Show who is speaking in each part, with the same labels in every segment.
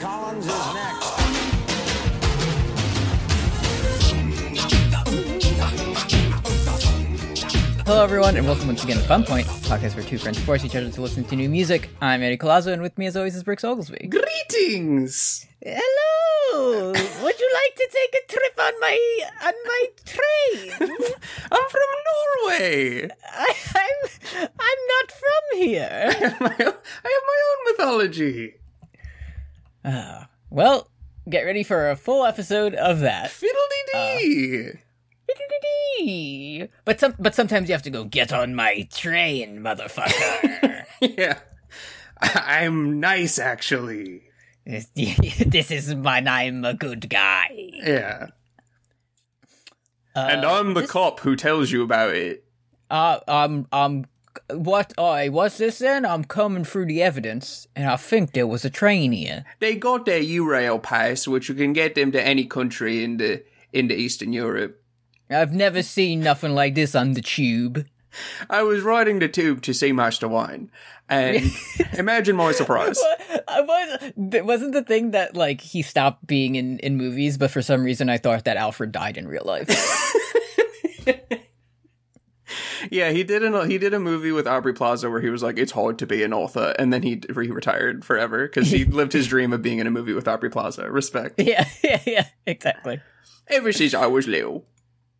Speaker 1: Collins is next.
Speaker 2: Hello, everyone, and welcome once again to Fun Point, a podcast where two friends force each other to listen to new music. I'm Eddie Colazo, and with me, as always, is Brooks Oglesby.
Speaker 3: Greetings.
Speaker 2: Hello. Would you like to take a trip on my on my train?
Speaker 3: I'm from Norway.
Speaker 2: I, I'm I'm not from here.
Speaker 3: I have my own, mythology.
Speaker 2: Well, get ready for a full episode of that.
Speaker 3: Fiddly dee.
Speaker 2: But some but sometimes you have to go get on my train, motherfucker.
Speaker 1: Uh.
Speaker 3: yeah. I- I'm nice, actually.
Speaker 2: this, this is mine. I'm a good guy.
Speaker 3: Yeah.
Speaker 1: Uh,
Speaker 3: and I'm the cop who tells you about it.
Speaker 2: Uh, I'm, I'm, what I was this then? I'm coming through the evidence, and I think there was a train here.
Speaker 3: They got their Eurail pass, which you can get them to any country in the in the Eastern Europe.
Speaker 2: I've never seen nothing like this on the tube.
Speaker 3: I was riding the tube to see Master Wine, and imagine my surprise.
Speaker 2: I was th- wasn't the thing that like he stopped being in in movies, but for some reason I thought that Alfred died in real life.
Speaker 3: Yeah, he did an he did a movie with Aubrey Plaza where he was like, "It's hard to be an author," and then he he retired forever because he lived his dream of being in a movie with Aubrey Plaza. Respect.
Speaker 2: yeah, yeah, yeah, exactly.
Speaker 3: Ever since I was little,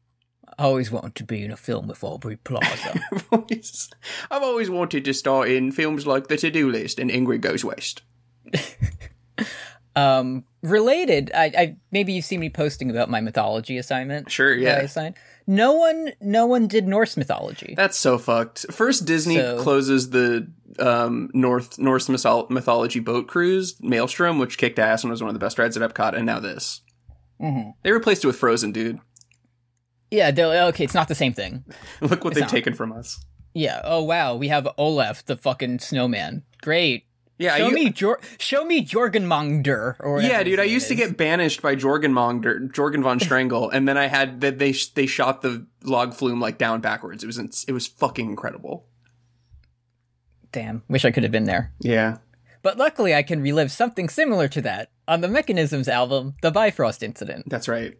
Speaker 2: I always wanted to be in a film with Aubrey Plaza.
Speaker 3: I've always, I've always wanted to star in films like The To Do List and Ingrid Goes West.
Speaker 2: um, related, I, I maybe you've seen me posting about my mythology assignment.
Speaker 3: Sure,
Speaker 2: that I
Speaker 3: yeah.
Speaker 2: assigned. No one, no one did Norse mythology.
Speaker 3: That's so fucked. First, Disney
Speaker 2: So-
Speaker 3: closes the um, North Norse mythol- mythology boat cruise Maelstrom, which kicked ass and was one of the best rides at Epcot, and now this.
Speaker 2: Mm-hmm.
Speaker 3: They replaced it with Frozen, dude.
Speaker 2: Yeah, they're, okay, it's not the same thing.
Speaker 3: Look what they've
Speaker 2: not.
Speaker 3: taken from us.
Speaker 2: Yeah. Oh wow, we have Olaf, the fucking snowman. Great.
Speaker 3: Yeah,
Speaker 2: Show
Speaker 3: you-
Speaker 2: me Jor- show me Jorgenmangder or whatever
Speaker 3: Yeah,
Speaker 2: his
Speaker 3: dude, I
Speaker 2: name
Speaker 3: used to
Speaker 2: is.
Speaker 3: get banished by Jorgenmonger, Jorgen von Strangle, and then I had that they they shot the log flume like down backwards. It was ins- it was fucking incredible.
Speaker 2: Damn, wish I could have been there.
Speaker 3: Yeah.
Speaker 2: But luckily I can relive something similar to that on the Mechanisms album, The Bifrost Incident.
Speaker 3: That's right.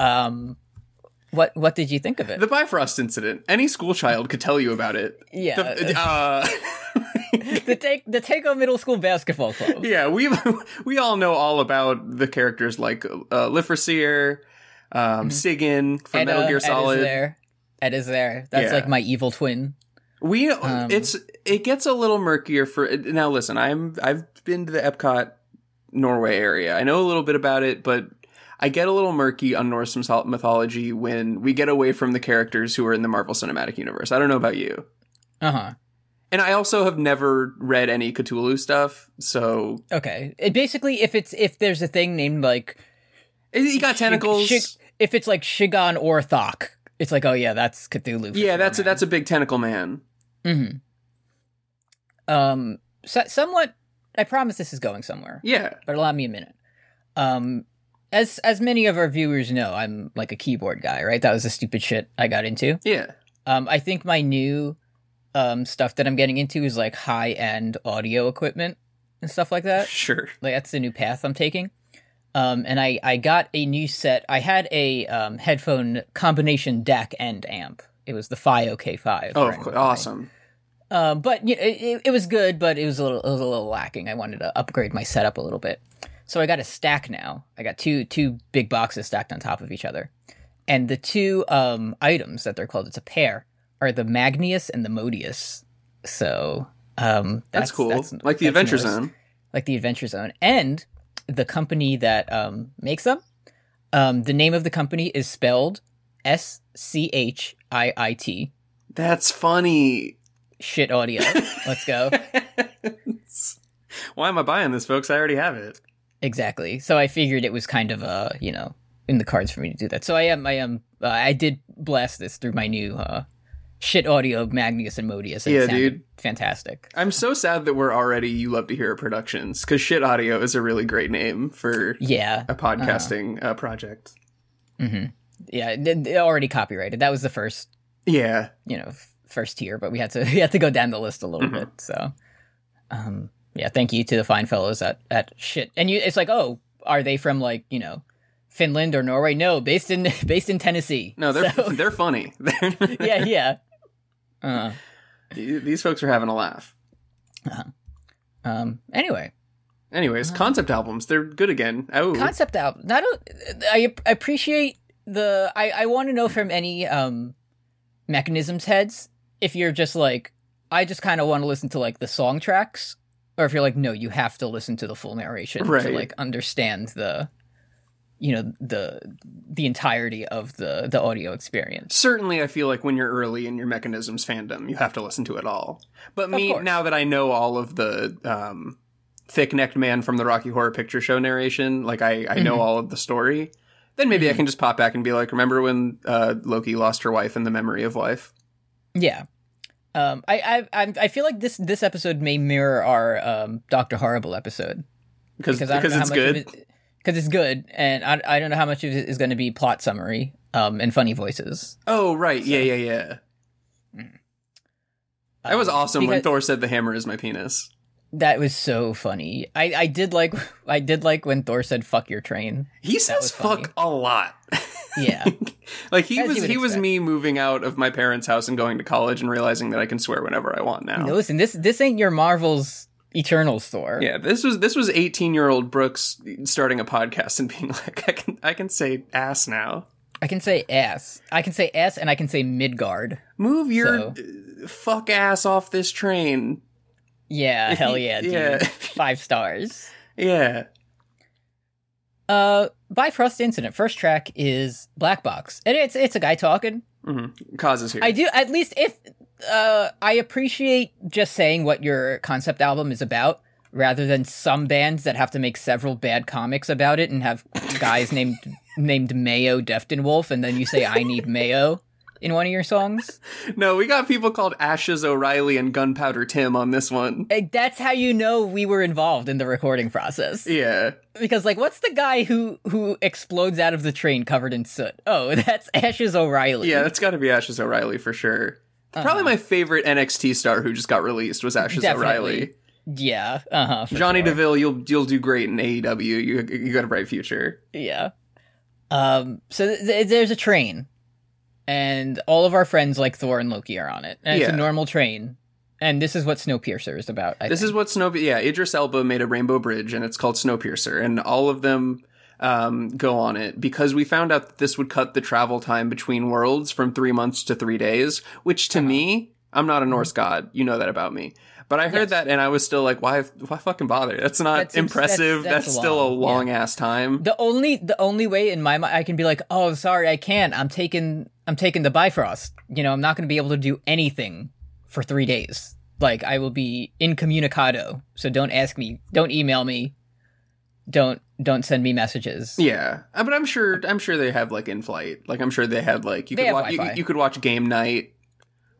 Speaker 2: Um what what did you think of it?
Speaker 3: The Bifrost incident. Any school child could tell you about it.
Speaker 2: Yeah.
Speaker 3: The- uh,
Speaker 2: the take the Takeo Middle School Basketball Club.
Speaker 3: yeah, we we all know all about the characters like uh, Liferseer, um, Sigyn from
Speaker 2: Ed, uh,
Speaker 3: Metal Gear
Speaker 2: Ed is
Speaker 3: Solid.
Speaker 2: there. Ed is there. That's
Speaker 3: Yeah.
Speaker 2: like my evil twin.
Speaker 3: We
Speaker 2: Um,
Speaker 3: it's it gets a little murkier for now. Listen, I'm I've been to the Epcot Norway area. I know a little bit about it, but I get a little murky on Norse myth- mythology when we get away from the characters who are in the Marvel Cinematic Universe. I don't know about you,
Speaker 2: Uh-huh.
Speaker 3: and I also have never read any Cthulhu stuff, so
Speaker 2: Okay. It basically if it's if there's a thing named like
Speaker 3: he got tentacles.
Speaker 2: Shig- if it's like Shigan or Thok, it's like, oh yeah, that's Cthulhu. for
Speaker 3: yeah,
Speaker 2: sure,
Speaker 3: that's a,
Speaker 2: man.
Speaker 3: that's a big tentacle man.
Speaker 2: Um, so, somewhat. I promise this is going somewhere,
Speaker 3: Yeah,
Speaker 2: but allow me a minute. Um, as as many of our viewers know, I'm like a keyboard guy, right? That was the stupid shit I got into.
Speaker 3: yeah.
Speaker 2: Um, I think my new um stuff that I'm getting into is like high end audio equipment and stuff like that.
Speaker 3: Sure.
Speaker 2: like that's the new path I'm taking. Um, and I I got a new set. I had a um, headphone combination DAC and amp. It was the Fio K5.
Speaker 3: Oh,
Speaker 2: right?
Speaker 3: of course. awesome.
Speaker 2: Um, but you know, it, it- it was good, but it was a little it was a little lacking. I wanted to upgrade my setup a little bit, so I got a stack now. I got two two big boxes stacked on top of each other, and the two um, items that they're called it's a pair are the Magnius and the Modius. So um,
Speaker 3: That's, cool.
Speaker 2: that's-
Speaker 3: like the
Speaker 2: that's
Speaker 3: Adventure
Speaker 2: nice
Speaker 3: Zone.
Speaker 2: like the Adventure Zone, and the company that um, makes them. Um, the name of the company is spelled S C H I I T.
Speaker 3: That's funny.
Speaker 2: Shit audio. Let's go.
Speaker 3: Why am I buying this, folks? I already have it.
Speaker 2: Exactly. So I figured it was kind of uh, you know in the cards for me to do that. So I am I am uh, I did blast this through my new uh, shit audio Magnus and Modius. And it
Speaker 3: Yeah,
Speaker 2: sounded
Speaker 3: dude.
Speaker 2: Fantastic.
Speaker 3: I'm so sad that we're already You Love to Hear It Productions because Shit Audio is a really great name for
Speaker 2: Yeah. Mm-hmm.
Speaker 3: a podcasting uh, project.
Speaker 2: Yeah. they- they already copyrighted. That was the first
Speaker 3: Yeah, Mm-hmm.
Speaker 2: you know f- first tier, but we had to we had to go down the list a little bit. So, um, yeah, thank you to the fine fellows at at shit. And you, it's like, oh, are they from like you know Finland or Norway? No, based in based in Tennessee.
Speaker 3: No, they're
Speaker 2: So-
Speaker 3: they're funny. They're
Speaker 2: yeah, yeah. Uh,
Speaker 3: These folks are having a laugh.
Speaker 2: um. Anyway,
Speaker 3: Anyways, concept albums, they're good again. Oh,
Speaker 2: concept album. Not o- I ap- appreciate the. I I want to know from any um mechanisms heads if you're just like I just kind of want to listen to like the song tracks, or if you're like no, you have to listen to the full narration to
Speaker 3: Right.
Speaker 2: like understand the, you know the the entirety of the the audio experience.
Speaker 3: certainly I feel like when you're early in your mechanisms fandom, you have to listen to it all. But me
Speaker 2: course.
Speaker 3: now that I know all of the um, thick-necked man from the Rocky Horror Picture Show narration, like I, I
Speaker 2: Mm-hmm.
Speaker 3: know all of the story, then maybe I can just pop back and be like, remember when uh, Loki lost her wife in the memory of life?
Speaker 2: Yeah. Um, I, I I'm- I feel like this this episode may mirror our um, Doctor Horrible episode
Speaker 3: Because
Speaker 2: because I don't
Speaker 3: because
Speaker 2: know
Speaker 3: it's
Speaker 2: how much
Speaker 3: good.
Speaker 2: of it because it's good, and I, I don't know how much of it is going to be plot summary um, and funny voices.
Speaker 3: Oh right, yeah, yeah, yeah. That was
Speaker 2: Um,
Speaker 3: awesome when
Speaker 2: because-
Speaker 3: Thor said, "The hammer is my penis."
Speaker 2: That was so funny. I, I did like I did like when Thor said "fuck your train."
Speaker 3: He says
Speaker 2: was funny.
Speaker 3: "fuck" a lot.
Speaker 2: Yeah,
Speaker 3: like he
Speaker 2: As you
Speaker 3: was
Speaker 2: would
Speaker 3: he was
Speaker 2: expect.
Speaker 3: me moving out of my parents' house and going to college and realizing that I can swear whenever I want now.
Speaker 2: Now, listen, this this ain't your Marvel's Eternals Thor.
Speaker 3: Yeah, this was this was 18-year-old Brooks starting a podcast and being like I can I can say ass now.
Speaker 2: I can say ass. I can say ass, and I can say Midgard.
Speaker 3: Move your
Speaker 2: So-
Speaker 3: uh, fuck ass off this train.
Speaker 2: Yeah,
Speaker 3: If
Speaker 2: Uh, hell
Speaker 3: you-
Speaker 2: yeah, dude.
Speaker 3: yeah.
Speaker 2: Five stars.
Speaker 3: Yeah.
Speaker 2: Uh, Bifrost Incident. First track is Black Box, and it's it's a guy talking.
Speaker 3: Mm-hmm. Causes here.
Speaker 2: I do at least if uh, I appreciate just saying what your concept album is about, rather than some bands that have to make several bad comics about it and have guys named named Mayo Defton Wolf, and then you say I need Mayo in one of your songs.
Speaker 3: no, we got people called Ashes O'Reilly and Gunpowder Tim on this one.
Speaker 2: Like, that's how you know we were involved in the recording process.
Speaker 3: Yeah.
Speaker 2: because like what's the guy who who explodes out of the train covered in soot oh that's ashes o'reilly
Speaker 3: Yeah, that's got to be Ashes O'Reilly for sure. Probably my favorite NXT star who just got released was Ashes
Speaker 2: Uh-huh. Definitely.
Speaker 3: O'Reilly.
Speaker 2: yeah uh-huh for
Speaker 3: Johnny
Speaker 2: sure.
Speaker 3: Deville, you'll you'll do great in AEW. You you got a bright future.
Speaker 2: yeah um so th- th- there's a train and all of our friends like thor and loki are on it and it's
Speaker 3: Yeah.
Speaker 2: a normal train and this is what snowpiercer is about I
Speaker 3: This is
Speaker 2: think.
Speaker 3: what Snow. Yeah, Idris Elba made a Rainbow Bridge, and it's called Snowpiercer, and all of them um, go on it because we found out that this would cut the travel time between worlds from three months to three days. Which
Speaker 2: Uh-huh.
Speaker 3: to me, I'm not a Norse god. You know that about me. But I heard
Speaker 2: Mm-hmm. Yes.
Speaker 3: that, and I was still like, "Why? Why fucking bother? That's not
Speaker 2: That's-
Speaker 3: impressive.
Speaker 2: that's-
Speaker 3: That's,
Speaker 2: that's
Speaker 3: still a
Speaker 2: long, yeah.
Speaker 3: long ass time."
Speaker 2: the only the only way in my mind i can be like oh sorry i can't i'm taking i'm taking the bifrost you know i'm not going to be able to do anything for three days like i will be incommunicado so don't ask me don't email me don't don't send me messages
Speaker 3: Yeah, Uh, but I'm sure I'm sure they have like in flight. Like I'm sure they had like you
Speaker 2: They
Speaker 3: could
Speaker 2: have
Speaker 3: watch you,
Speaker 2: Wi-Fi.
Speaker 3: you could watch game night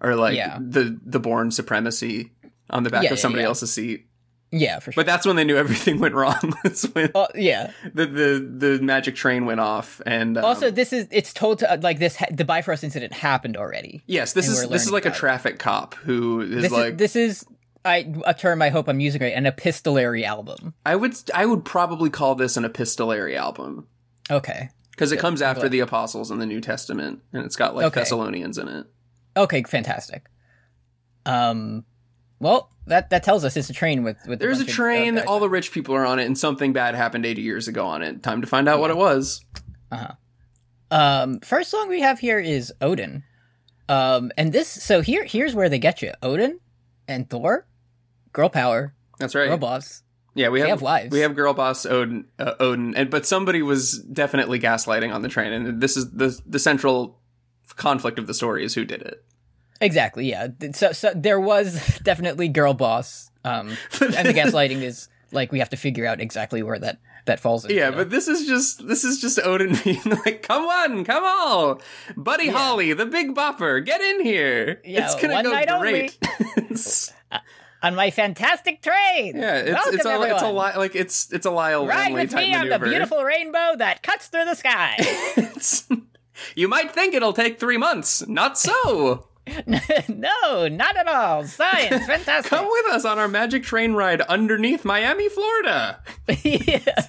Speaker 3: or like
Speaker 2: Yeah.
Speaker 3: the the Born Supremacy on the back
Speaker 2: Yeah,
Speaker 3: of
Speaker 2: yeah,
Speaker 3: somebody
Speaker 2: yeah.
Speaker 3: else's seat.
Speaker 2: yeah for sure
Speaker 3: But that's when they knew everything went wrong. was when
Speaker 2: Oh, yeah.
Speaker 3: the, the the magic train went off and um,
Speaker 2: also, this is it's told to uh, like this. Ha- the Bifrost incident happened already.
Speaker 3: yes, this
Speaker 2: and
Speaker 3: is
Speaker 2: we're
Speaker 3: this is
Speaker 2: learning
Speaker 3: like a
Speaker 2: about it.
Speaker 3: traffic cop who is
Speaker 2: This
Speaker 3: like
Speaker 2: is this is I a term I hope I'm using right. An epistolary album.
Speaker 3: I would I would probably call this an epistolary album
Speaker 2: Okay.
Speaker 3: because it comes after
Speaker 2: glad.
Speaker 3: the apostles in the New Testament and it's got like
Speaker 2: Okay.
Speaker 3: Thessalonians in it.
Speaker 2: Okay, fantastic. Um, well, that that tells us it's a train with with.
Speaker 3: There's a
Speaker 2: bunch of-
Speaker 3: train,
Speaker 2: of guys.
Speaker 3: all the rich people are on it, and something bad happened 80 years ago on it. Time to find out what it was.
Speaker 2: um, first song we have here is Odin. Um, and this so here here's where they get you: Odin and Thor, girl power,
Speaker 3: That's right.
Speaker 2: girl boss.
Speaker 3: Yeah, we have,
Speaker 2: have wives.
Speaker 3: We have girl boss Odin, uh, Odin, and but somebody was definitely gaslighting on the train, and this is the the central conflict of the story is who did it.
Speaker 2: Exactly. Yeah. Th- So so there was definitely girl boss. Um, and the gaslighting is like we have to figure out exactly where that that falls. Into.
Speaker 3: Yeah, but this is just this is just Odin being like, "Come on, come on, Buddy Holly, the Big Bopper, get in here.
Speaker 2: Yeah,
Speaker 3: it's gonna
Speaker 2: one
Speaker 3: go
Speaker 2: night only."
Speaker 3: great." It's-
Speaker 2: on my fantastic train.
Speaker 3: yeah, it's it's
Speaker 2: Welcome,
Speaker 3: a it's a
Speaker 2: everyone.
Speaker 3: li- like it's it's a Lyle
Speaker 2: Ride
Speaker 3: Lanley
Speaker 2: with
Speaker 3: type
Speaker 2: me on the
Speaker 3: maneuver.
Speaker 2: beautiful rainbow that cuts through the sky.
Speaker 3: It's- you might think it'll take three months. Not so.
Speaker 2: no, not at all. Science, fantastic.
Speaker 3: Come with us on our magic train ride underneath Miami, Florida.
Speaker 2: yeah.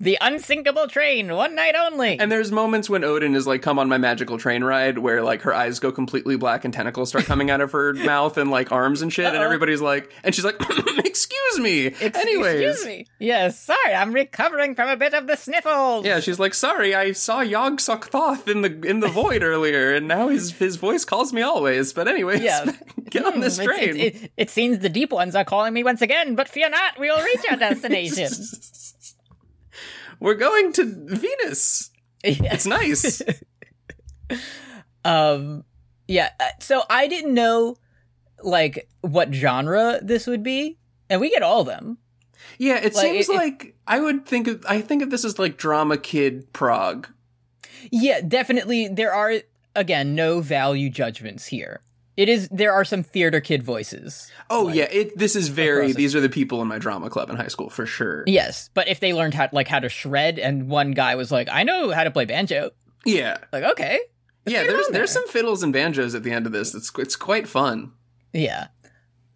Speaker 2: The unsinkable train, one night only.
Speaker 3: And there's moments when Odin is like, "Come on my magical train ride," where like her eyes go completely black and tentacles start coming out of her mouth and like arms and shit, and
Speaker 2: Uh-oh.
Speaker 3: everybody's like, and she's like, "Excuse me."
Speaker 2: Ex-
Speaker 3: Anyways,
Speaker 2: excuse me. Yes, sorry, I'm recovering from a bit of the sniffles.
Speaker 3: yeah, she's like, "Sorry, I saw Yog Suk Thoth in the in the void earlier, and now his his voice calls me always." But anyways,
Speaker 2: Yeah.
Speaker 3: get on this
Speaker 2: Hmm, it's-
Speaker 3: train.
Speaker 2: It, it, it seems the deep ones are calling me once again, but fear not, we will reach our destination.
Speaker 3: We're going to Venus. It's nice.
Speaker 2: um, yeah. uh, So I didn't know like what genre this would be, and we get all of them.
Speaker 3: Yeah, it
Speaker 2: Like,
Speaker 3: seems
Speaker 2: it- it-
Speaker 3: like I would think of I think of this as like drama kid Prague.
Speaker 2: Yeah, definitely. There are again no value judgments here. It is there are some theater kid voices.
Speaker 3: Oh
Speaker 2: Like,
Speaker 3: yeah, it this is very
Speaker 2: process.
Speaker 3: these are the people in my drama club in high school for sure.
Speaker 2: Yes, but if they learned how like how to shred, and one guy was like, "I know how to play banjo,"
Speaker 3: Yeah.
Speaker 2: like okay,
Speaker 3: Yeah,
Speaker 2: get
Speaker 3: there's
Speaker 2: on
Speaker 3: there's
Speaker 2: there.
Speaker 3: some fiddles and banjos at the end of this. It's it's quite fun.
Speaker 2: Yeah.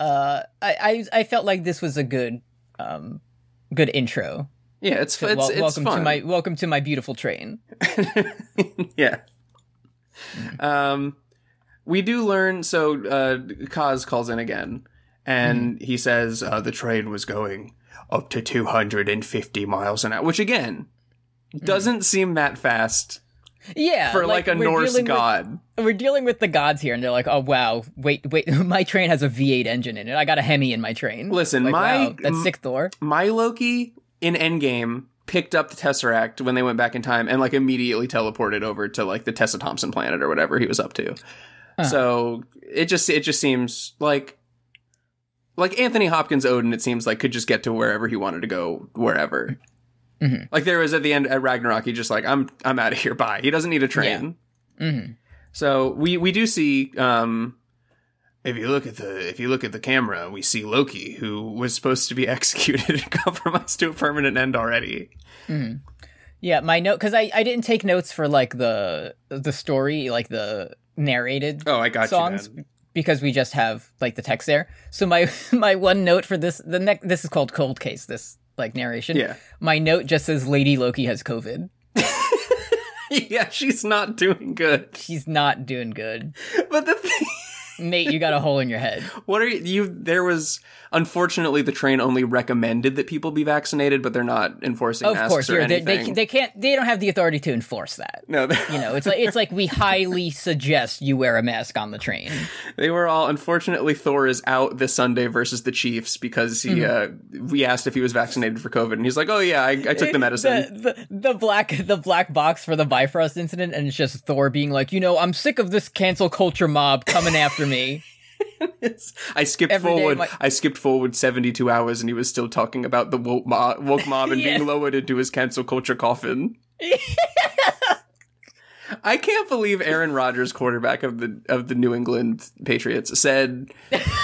Speaker 2: Uh, I, I I felt like this was a good um good intro.
Speaker 3: Yeah, it's
Speaker 2: to
Speaker 3: it's,
Speaker 2: wel-
Speaker 3: it's
Speaker 2: welcome
Speaker 3: fun.
Speaker 2: to my welcome to my beautiful train.
Speaker 3: yeah. Um, we do learn. So uh, Kaz calls in again, and he says uh, the train was going up to 250 miles an hour, which again doesn't seem that fast
Speaker 2: Yeah,
Speaker 3: for like, a
Speaker 2: Uh, we're
Speaker 3: Norse
Speaker 2: dealing with-
Speaker 3: god.
Speaker 2: we're dealing with the gods here, and they're like, "Oh wow, wait, wait, my train has a V8 engine in it. I got a Hemi in my train."
Speaker 3: Listen,
Speaker 2: Like,
Speaker 3: my-
Speaker 2: wow, that's sixth door.
Speaker 3: my Loki in Endgame picked up the Tesseract when they went back in time and like immediately teleported over to like the Tessa Thompson planet or whatever he was up to. So it just it just seems like like Anthony Hopkins Odin it seems like could just get to wherever he wanted to go wherever.
Speaker 2: Mhm.
Speaker 3: Like there was at the end at Ragnarok he just like I'm I'm out of here bye. He doesn't need a train.
Speaker 2: hmm
Speaker 3: So we we do see um if you look at the if you look at the camera, we see Loki who was supposed to be executed and compromised to a permanent end already.
Speaker 2: Yeah, my note because I I didn't take notes for like the the story, like the narrated
Speaker 3: Oh, I got
Speaker 2: songs
Speaker 3: you. man.
Speaker 2: because we just have like the text there. So my my one note for this the next this is called cold case this like narration.
Speaker 3: Yeah.
Speaker 2: My note just says Lady Loki has COVID.
Speaker 3: yeah, she's not doing good.
Speaker 2: She's not doing good.
Speaker 3: But the thing,
Speaker 2: Nate, you got a hole in your head.
Speaker 3: what are you, you there was unfortunately the train only recommended that people be vaccinated, but they're not enforcing
Speaker 2: Of
Speaker 3: masks
Speaker 2: course,
Speaker 3: or
Speaker 2: you're, they,
Speaker 3: anything.
Speaker 2: they they can't they don't have the authority to enforce that.
Speaker 3: no, they-
Speaker 2: You know, it's like it's like we highly suggest you wear a mask on the train.
Speaker 3: They were all unfortunately Thor is out this Sunday versus the Chiefs because he
Speaker 2: Mm-hmm.
Speaker 3: uh we asked if he was vaccinated for COVID and he's like, Oh yeah, I, I took the medicine.
Speaker 2: The, the the black the black box for the Bifrost incident, and it's just Thor being like, you know, I'm sick of this cancel culture mob coming after me.
Speaker 3: It's- I skipped
Speaker 2: Every day
Speaker 3: forward
Speaker 2: my-
Speaker 3: I skipped forward seventy two hours and he was still talking about the woke mob, woke mob and
Speaker 2: Yeah.
Speaker 3: being lowered into his cancel culture coffin. I can't believe Aaron Rodgers, quarterback of the of the New England Patriots, said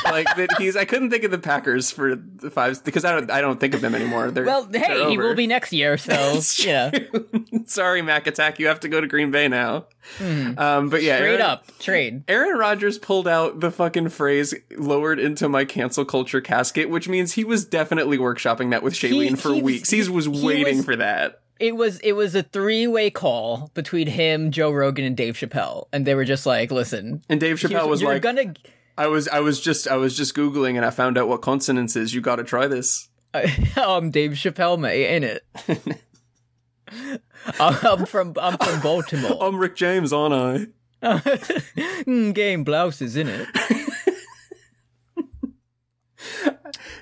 Speaker 3: like that he's. I couldn't think of the Packers for the fives because I don't I don't think of them anymore. They're,
Speaker 2: Well,
Speaker 3: they're
Speaker 2: hey, he
Speaker 3: over.
Speaker 2: will be next year, so you know,
Speaker 3: Sorry, Mac Attack, you have to go to Green Bay now. Um, but yeah,
Speaker 2: Hmm. straight
Speaker 3: Aaron,
Speaker 2: up trade.
Speaker 3: Aaron Rodgers pulled out the fucking phrase "lowered into my cancel culture casket," which means he was definitely workshopping that with Shailene for
Speaker 2: he-
Speaker 3: weeks. He, was
Speaker 2: he
Speaker 3: waiting
Speaker 2: was-
Speaker 3: for that.
Speaker 2: It was it was a three way call between him, Joe Rogan, and Dave Chappelle, and they were just like, listen,
Speaker 3: And Dave Chappelle was
Speaker 2: you're
Speaker 3: like,
Speaker 2: gonna.
Speaker 3: "I was, I was just, I was just googling, and I found out what consonants is. You got to try this."
Speaker 2: oh, I'm Dave Chappelle, mate, in it. I'm from I'm from Baltimore.
Speaker 3: I'm Rick James, aren't I?
Speaker 2: Mm, Game blouses, in it.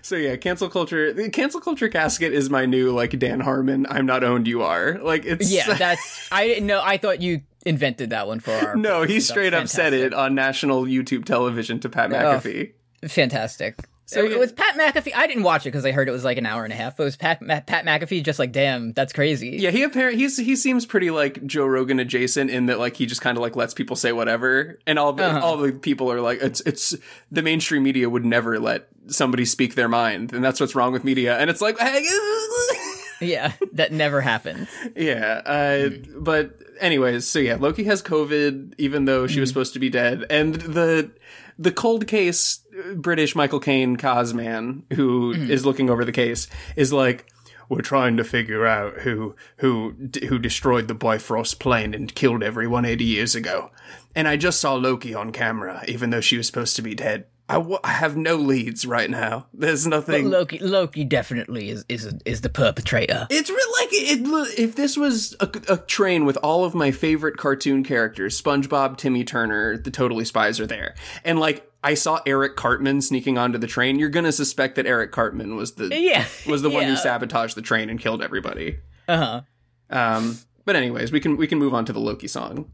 Speaker 3: So yeah, cancel culture. The cancel culture casket is my new like Dan Harmon. I'm not owned. You are like it's
Speaker 2: Yeah, that's. I didn't know. I thought you invented that one for our.
Speaker 3: No, he
Speaker 2: purposes. That's
Speaker 3: straight up said it on national YouTube television to Pat McAfee.
Speaker 2: Fantastic. So
Speaker 3: yeah.
Speaker 2: it was Pat McAfee. I didn't watch it because I heard it was like an hour and a half. But it was Pat Ma- Pat McAfee. Just like, damn, that's crazy.
Speaker 3: Yeah, he apparently he's he seems pretty like Joe Rogan adjacent in that like he just kind of like lets people say whatever, and all the
Speaker 2: Uh-huh.
Speaker 3: all the people are like it's it's the mainstream media would never let somebody speak their mind, and that's what's wrong with media, and it's like.
Speaker 2: yeah, that never happens.
Speaker 3: Yeah. Uh, But anyways, so yeah, Loki has COVID, even though she was supposed to be dead, and the the cold case uh, British Michael Caine Cosman, who is looking over the case, is like. We're trying to figure out who who d- who destroyed the Bifrost plane and killed everyone 80 years ago. And I just saw Loki on camera, even though she was supposed to be dead. I, w- I have no leads right now. There's nothing.
Speaker 2: Loki, Loki definitely is is is the perpetrator.
Speaker 3: It's re- like it, it, if this was a, a train with all of my favorite cartoon characters: SpongeBob, Timmy Turner, the Totally Spies are there, and like I saw Eric Cartman sneaking onto the train. You're gonna suspect that Eric Cartman was the
Speaker 2: Yeah,
Speaker 3: was the one who
Speaker 2: yeah.
Speaker 3: sabotaged the train and killed everybody.
Speaker 2: Uh huh.
Speaker 3: Um, but anyways, we can we can move on to the Loki song.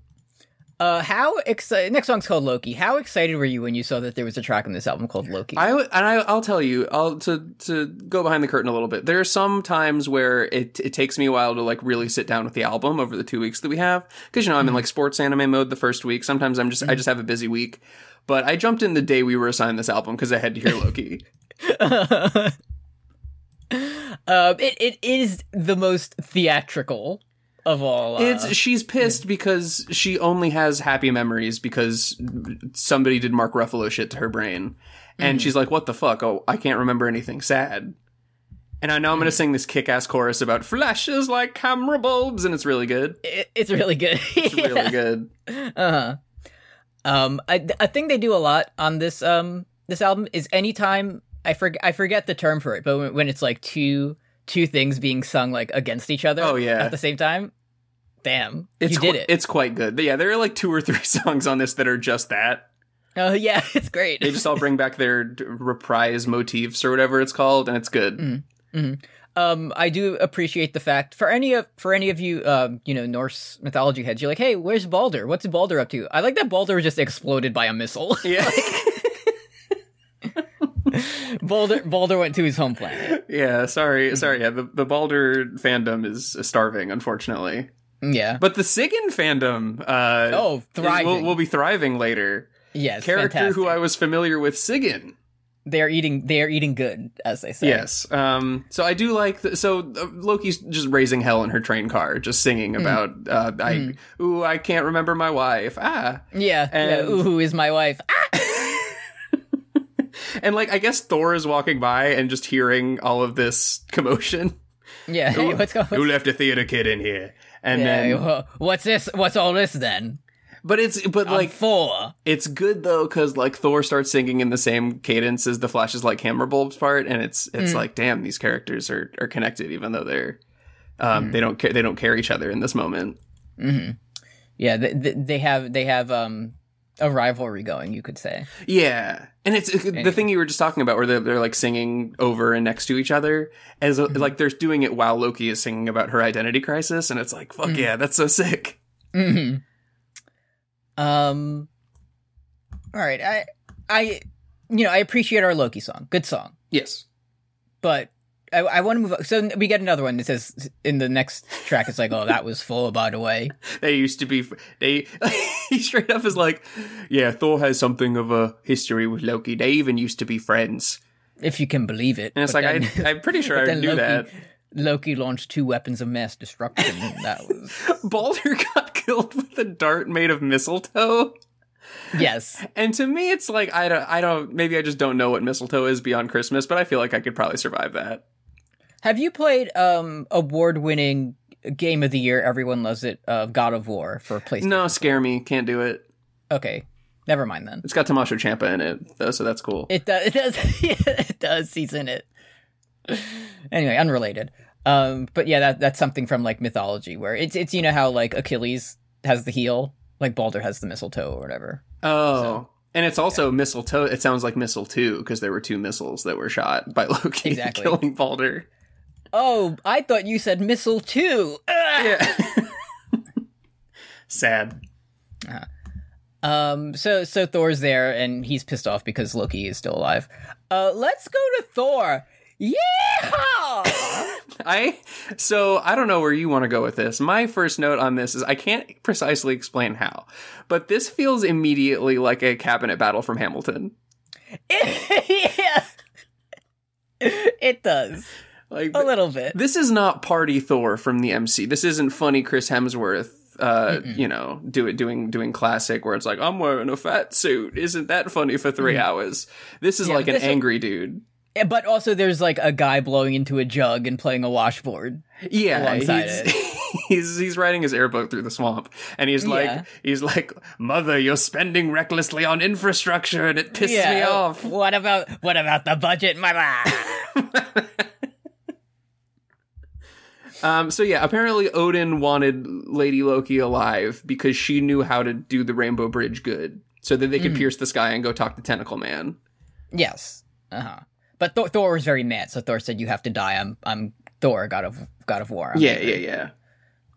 Speaker 2: Uh, how excited? Next song's called Loki. How excited were you when you saw that there was a track on this album called Loki?
Speaker 3: I w- and I, I'll tell you, I'll to to go behind the curtain a little bit. There are some times where it it takes me a while to like really sit down with the album over the two weeks that we have because you know I'm in like sports anime mode the first week. Sometimes I'm just I just have a busy week, but I jumped in the day we were assigned this album because I had to hear Loki.
Speaker 2: Um, it, it is the most theatrical of all. Uh,
Speaker 3: It's she's pissed because she only has happy memories because somebody did Mark Ruffalo shit to her brain, and
Speaker 2: Mm-hmm.
Speaker 3: she's like, "What the fuck? Oh, I can't remember anything sad." And I know I'm gonna
Speaker 2: Mm.
Speaker 3: sing this kick-ass chorus about flashes like camera bulbs, and it's really good.
Speaker 2: it- it's really good.
Speaker 3: It's really good.
Speaker 2: Uh-huh. Um, I, a thing they do a lot on this um this album is anytime I forget I forget the term for it, but when, when it's like two two things being sung like against each other.
Speaker 3: Oh, yeah.
Speaker 2: at the same time. Damn,
Speaker 3: It's
Speaker 2: you did
Speaker 3: qu-
Speaker 2: it.
Speaker 3: It's quite good. Yeah, there are like two or three songs on this that are just that.
Speaker 2: oh yeah, it's great.
Speaker 3: They just all bring back their d- reprise motifs or whatever it's called, and it's good.
Speaker 2: Mm. um, I do appreciate the fact for any of for any of you um you know Norse mythology heads, you're like, hey, where's Balder? What's Balder up to? I like that Balder just exploded by a missile.
Speaker 3: Yeah,
Speaker 2: Balder Balder went to his home planet.
Speaker 3: yeah.
Speaker 2: Mm.
Speaker 3: Sorry, sorry. Yeah, the the Balder fandom is starving, unfortunately.
Speaker 2: Yeah.
Speaker 3: But the Sigyn fandom, uh,
Speaker 2: Oh,
Speaker 3: is- Will,
Speaker 2: thriving.
Speaker 3: will be thriving later.
Speaker 2: Yes.
Speaker 3: Character
Speaker 2: fantastic.
Speaker 3: who I was familiar with, Sigyn.
Speaker 2: they're eating they're eating good as they say
Speaker 3: Yes. Um. So I do like. The, so uh, Loki's just raising hell in her train car, just
Speaker 2: Mm.
Speaker 3: singing about. Uh, I ooh, I can't remember my wife. Ah.
Speaker 2: yeah,
Speaker 3: And-
Speaker 2: yeah ooh who is my wife ah!
Speaker 3: And like, I guess Thor is walking by and just hearing all of this commotion.
Speaker 2: yeah hey, what's going
Speaker 3: Who left a theater kid in here? And
Speaker 2: yeah,
Speaker 3: then,
Speaker 2: wha- what's this what's all this then
Speaker 3: but it's but
Speaker 2: like
Speaker 3: like
Speaker 2: four
Speaker 3: it's good though because like Thor starts singing in the same cadence as the flashes like hammer bulbs part, and it's it's like damn, these characters are are connected even though they're um, they don't care they don't care each other in this moment.
Speaker 2: yeah they, they have they have um a rivalry going you could say
Speaker 3: Yeah, and it's it- the thing you were just talking about where they're, they're like singing over and next to each other as a, like they're doing it while Loki is singing about her identity crisis, and it's like fuck yeah, that's so sick.
Speaker 2: hmm um all right i i you know i appreciate our loki song good song
Speaker 3: Yes.
Speaker 2: but I, I want to move on. So we get another one that says in the next track, it's like, oh, that was full, by the way.
Speaker 3: They used to be. They he straight up is like, yeah. Thor has something of a history with Loki. They even used to be friends.
Speaker 2: If you can believe it.
Speaker 3: And it's
Speaker 2: But
Speaker 3: like
Speaker 2: then-
Speaker 3: I, I'm pretty sure I
Speaker 2: then
Speaker 3: knew
Speaker 2: Loki,
Speaker 3: that.
Speaker 2: Loki launched two weapons of mass destruction. that was
Speaker 3: Balder got killed with a dart made of mistletoe,
Speaker 2: yes,
Speaker 3: and to me, it's like I don't, I don't. Maybe I just don't know what mistletoe is beyond Christmas, but I feel like I could probably survive that.
Speaker 2: have you played um award-winning game of the year? Everyone loves it. Of God of War for PlayStation.
Speaker 3: No, scare me, can't do it.
Speaker 2: Okay, never mind then.
Speaker 3: It's got Tomaso Champa in it though, so that's cool.
Speaker 2: It does. It does. yeah, it does. He's in it. anyway, unrelated. Um, but yeah, that that's something from like mythology where it's it's you know how like Achilles has the heel, like Balder has the mistletoe or whatever.
Speaker 3: oh. And it's also mistletoe. It sounds like mistletoe because there were two missiles that were shot by Loki,
Speaker 2: Exactly.
Speaker 3: killing Balder.
Speaker 2: Oh, I thought you said missile too. Ah!
Speaker 3: Yeah. Sad.
Speaker 2: Um, so so Thor's there and he's pissed off because Loki is still alive. Uh, let's go to Thor. Yeah.
Speaker 3: I so I don't know where you want to go with this. My first note on this is I can't precisely explain how, but this feels immediately like a cabinet battle from Hamilton.
Speaker 2: yeah. It does.
Speaker 3: Oh, Like
Speaker 2: a little bit.
Speaker 3: This is not party Thor from the MC. This isn't funny Chris Hemsworth. Uh, you know, do it doing doing classic where it's like I'm wearing a fat suit. Isn't that funny for 3 hours? Mm-hmm. This is
Speaker 2: Yeah,
Speaker 3: like an
Speaker 2: this'll-
Speaker 3: angry dude.
Speaker 2: Yeah, But also, there's like a guy blowing into a jug and playing a washboard.
Speaker 3: Yeah,
Speaker 2: alongside
Speaker 3: he's,
Speaker 2: it.
Speaker 3: he's he's riding his airboat through the swamp, and he's like
Speaker 2: Yeah.
Speaker 3: he's like, "Mother, you're spending recklessly on infrastructure, and it pisses me off."
Speaker 2: What about what about the budget, mama?
Speaker 3: Um, so yeah, apparently Odin wanted Lady Loki alive because she knew how to do the Rainbow Bridge good, so that they
Speaker 2: Mm.
Speaker 3: could pierce the sky and go talk to Tentacle Man.
Speaker 2: yes. Uh huh. But Thor, Thor was very mad, so Thor said, "You have to die. I'm I'm Thor, god of god of war." I'm
Speaker 3: Yeah,
Speaker 2: angry."
Speaker 3: yeah, yeah,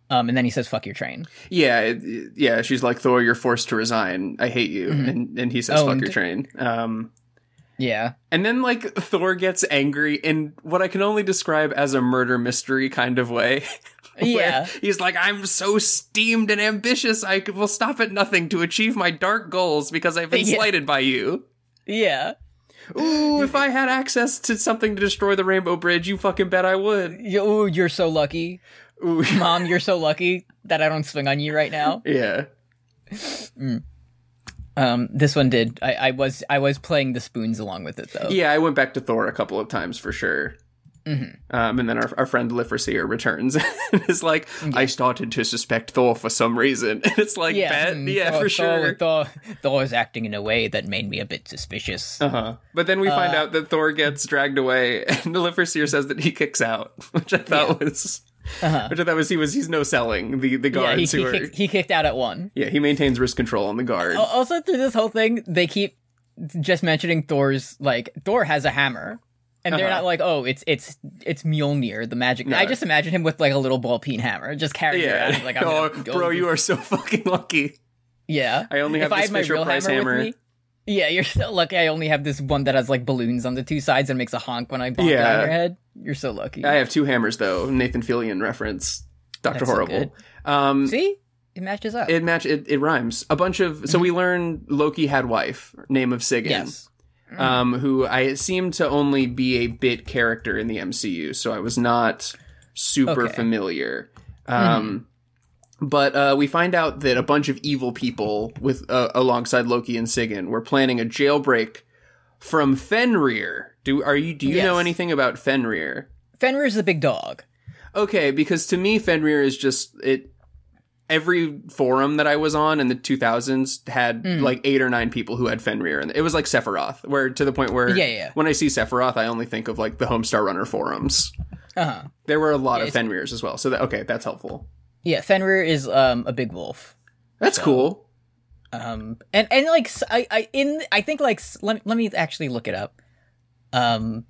Speaker 2: Um, and then he says, "Fuck your train."
Speaker 3: yeah, it- it- yeah. She's like, Thor, you're forced to resign. I hate you,
Speaker 2: Mm-hmm.
Speaker 3: and and he says, "Fuck your
Speaker 2: Owned.
Speaker 3: train." Um,
Speaker 2: Yeah.
Speaker 3: And then like Thor gets angry in what I can only describe as a murder mystery kind of way. where
Speaker 2: Yeah.
Speaker 3: He's like, I'm so steamed and ambitious, I c- will stop at nothing to achieve my dark goals because I've been
Speaker 2: Yeah.
Speaker 3: slighted by you.
Speaker 2: Yeah.
Speaker 3: Ooh, if I had access to something to destroy the Rainbow Bridge, you fucking bet I would.
Speaker 2: You, ooh, you're so lucky,
Speaker 3: Ooh.
Speaker 2: mom. You're so lucky that I don't swing on you right now.
Speaker 3: yeah.
Speaker 2: Um, this one did. I, I was I was playing the spoons along with it though.
Speaker 3: Yeah, I went back to Thor a couple of times for sure.
Speaker 2: Mm-hmm.
Speaker 3: Um, and then our, our friend Liferseer returns and is like, I started to suspect Thor for some reason. And it's like, bet?
Speaker 2: mm,
Speaker 3: yeah,
Speaker 2: Thor-
Speaker 3: for
Speaker 2: Thor-
Speaker 3: sure.
Speaker 2: Thor, Thor is acting in a way that made me a bit suspicious.
Speaker 3: Uh-huh. But then we find
Speaker 2: Uh,
Speaker 3: out that Thor gets dragged away, and the Liferseer says that he kicks out, which I thought was, which I thought was he was he's no selling the the
Speaker 2: Uh-huh. yeah, he,
Speaker 3: guards
Speaker 2: he
Speaker 3: who are.
Speaker 2: kicked, he kicked out at one.
Speaker 3: yeah, he maintains risk control on the guard.
Speaker 2: Al- Also, through this whole thing, they keep just mentioning Thor's like Thor has a hammer, and they're
Speaker 3: Uh-huh.
Speaker 2: not like, oh, it's it's it's Mjolnir, the magic. I just imagine him with like a little ball peen hammer, just carrying it
Speaker 3: yeah,
Speaker 2: around. Like, I'm
Speaker 3: oh,
Speaker 2: gonna go-
Speaker 3: bro, you are so fucking lucky.
Speaker 2: yeah.
Speaker 3: I only have
Speaker 2: if I
Speaker 3: this
Speaker 2: had my
Speaker 3: Fisher
Speaker 2: real
Speaker 3: Price
Speaker 2: hammer,
Speaker 3: hammer.
Speaker 2: with me. Yeah, you're so lucky. I only have this one that has like balloons on the two sides and makes a honk when I bonk it
Speaker 3: Yeah.
Speaker 2: on your head. You're so lucky.
Speaker 3: I have two hammers though. Nathan Fillion reference, Doctor
Speaker 2: That's so
Speaker 3: Horrible. um,
Speaker 2: See, it matches up.
Speaker 3: it match it, it rhymes. A bunch of so we learn Loki had wife, name of Sigyn.
Speaker 2: Mm-hmm. yes.
Speaker 3: um, who I seem to only be a bit character in the MCU, so I was not super
Speaker 2: Okay. Hmm.
Speaker 3: familiar. Um, But uh, we find out that a bunch of evil people with uh, alongside Loki and Sigyn were planning a jailbreak from Fenrir. Do are you do you know
Speaker 2: Yes.
Speaker 3: anything about Fenrir?
Speaker 2: Fenrir's the big dog.
Speaker 3: Okay, because to me Fenrir is just it. Every forum that I was on in the 2000s had
Speaker 2: Hmm.
Speaker 3: like eight or nine people who had Fenrir, and it was like Sephiroth, where to the point where
Speaker 2: Yeah, yeah.
Speaker 3: when I see Sephiroth, I only think of like the Homestar Runner forums.
Speaker 2: Uh huh.
Speaker 3: There were a lot of
Speaker 2: it's-
Speaker 3: Fenrirs as well, so that, okay, that's helpful.
Speaker 2: Yeah, Fenrir is um a big wolf.
Speaker 3: That's cool.
Speaker 2: Um and and like s- I I in I think like s- let let me actually look it up. Um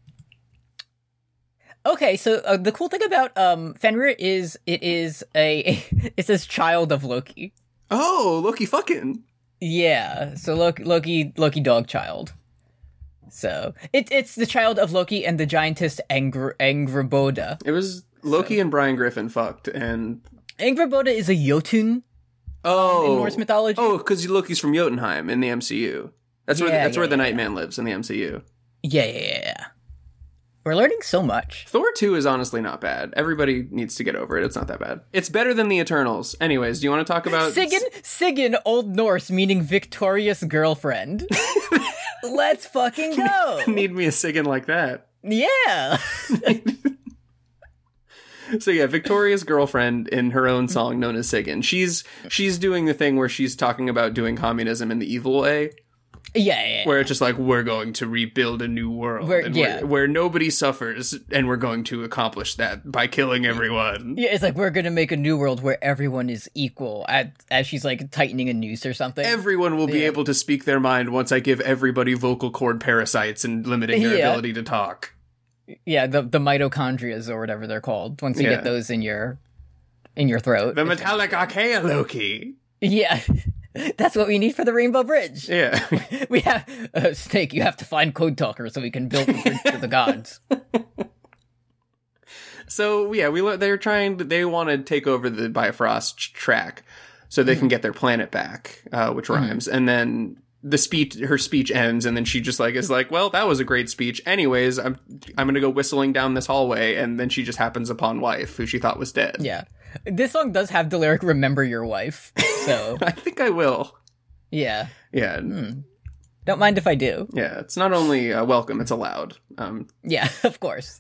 Speaker 2: Okay, so uh, the cool thing about um Fenrir is it is a it says child of Loki.
Speaker 3: Oh, Loki fucking.
Speaker 2: Yeah, so Loki Loki Loki dog child. So it's it's the child of Loki and the giantess Angr- Angraboda.
Speaker 3: It was Loki and Brian Griffin fucked, and
Speaker 2: Angraboda is a Jotun
Speaker 3: oh,
Speaker 2: in Norse mythology.
Speaker 3: Oh, because Loki's from Jotunheim in the MCU. That's where
Speaker 2: Yeah,
Speaker 3: that's
Speaker 2: yeah,
Speaker 3: where the
Speaker 2: yeah,
Speaker 3: Nightman lives in the MCU.
Speaker 2: Yeah, yeah, yeah, yeah. We're learning so much.
Speaker 3: Thor 2 is honestly not bad. Everybody needs to get over it. It's not that bad. It's better than the Eternals. Anyways, do you want to talk about
Speaker 2: Sigyn, Sigyn, Old Norse, meaning victorious girlfriend. Let's fucking go.
Speaker 3: Need me a Sigyn like that?
Speaker 2: Yeah.
Speaker 3: So yeah, Victoria's girlfriend in her
Speaker 2: Mm-hmm.
Speaker 3: own song known as Sigyn. She's she's doing the thing where she's talking about doing communism in the evil way,
Speaker 2: Yeah, yeah. yeah.
Speaker 3: where it's just like we're going to rebuild a new world
Speaker 2: Where-
Speaker 3: and
Speaker 2: yeah.
Speaker 3: where, where nobody suffers and we're going to accomplish that by killing everyone.
Speaker 2: Yeah, it's like we're gonna make a new world where everyone is equal. At, as she's like tightening a noose or something.
Speaker 3: Everyone will be able to speak their mind once I give everybody vocal cord parasites and limiting their
Speaker 2: Yeah.
Speaker 3: ability to talk.
Speaker 2: yeah, the the mitochondrias or whatever they're called. Once you
Speaker 3: Yeah.
Speaker 2: get those in your in your throat.
Speaker 3: The metallic archaea Loki.
Speaker 2: yeah, that's what we need for the Rainbow Bridge.
Speaker 3: Yeah.
Speaker 2: We have uh, Snake. You have to find Code Talker so we can build the bridge to the gods.
Speaker 3: so yeah, we lo- they're trying. To, they want to take over the Bifrost track so they can get their planet back, uh, which rhymes. And then the speech her speech ends and then she just like is like well that was a great speech anyways i'm i'm gonna go whistling down this hallway and then she just happens upon wife who she thought was dead
Speaker 2: Yeah. This song does have the lyric remember your wife. So,
Speaker 3: i think i will
Speaker 2: yeah.
Speaker 3: yeah
Speaker 2: Don't mind if I do.
Speaker 3: yeah it's not only uh, welcome it's allowed um
Speaker 2: Yeah, of course.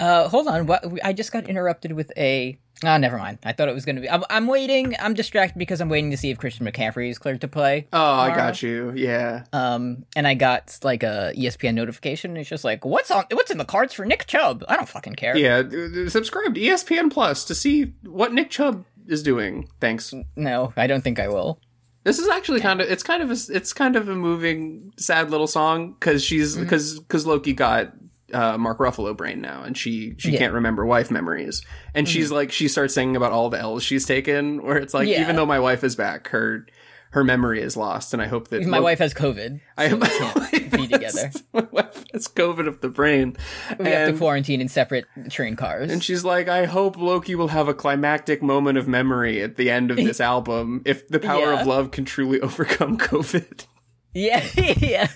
Speaker 2: Uh, hold on. What, I just got interrupted with a. Ah, never mind. I thought it was going to be. I'm, I'm waiting. I'm distracted because I'm waiting to see if Christian McCaffrey is cleared to play.
Speaker 3: oh i got you yeah
Speaker 2: Um, and I got like a E ESPN notification. and It's just like, what's on? What's in the cards for Nick Chubb? I don't fucking care.
Speaker 3: yeah uh, subscribe to espn plus to see what nick chubb is doing thanks
Speaker 2: No, I don't think I will.
Speaker 3: This is actually kind of it's kind of a, it's kind of a moving, sad little song because she's
Speaker 2: Mm-hmm.
Speaker 3: because because Loki got uh, Mark Ruffalo brain now, and she she
Speaker 2: Yeah. Mm-hmm.
Speaker 3: can't remember wife memories, and she's like she starts singing about all the L's she's taken, where it's like
Speaker 2: Yeah.
Speaker 3: even though my wife is back, her her memory is lost, and I hope that
Speaker 2: My
Speaker 3: Loki-
Speaker 2: wife has COVID.
Speaker 3: I
Speaker 2: so
Speaker 3: hope
Speaker 2: we can't be together.
Speaker 3: My wife has COVID of the brain,
Speaker 2: We have to
Speaker 3: and,
Speaker 2: quarantine in separate train cars.
Speaker 3: and she's like, I hope Loki will have a climactic moment of memory at the end of this album if the power
Speaker 2: Yeah.
Speaker 3: of love can truly overcome COVID.
Speaker 2: yeah, yeah.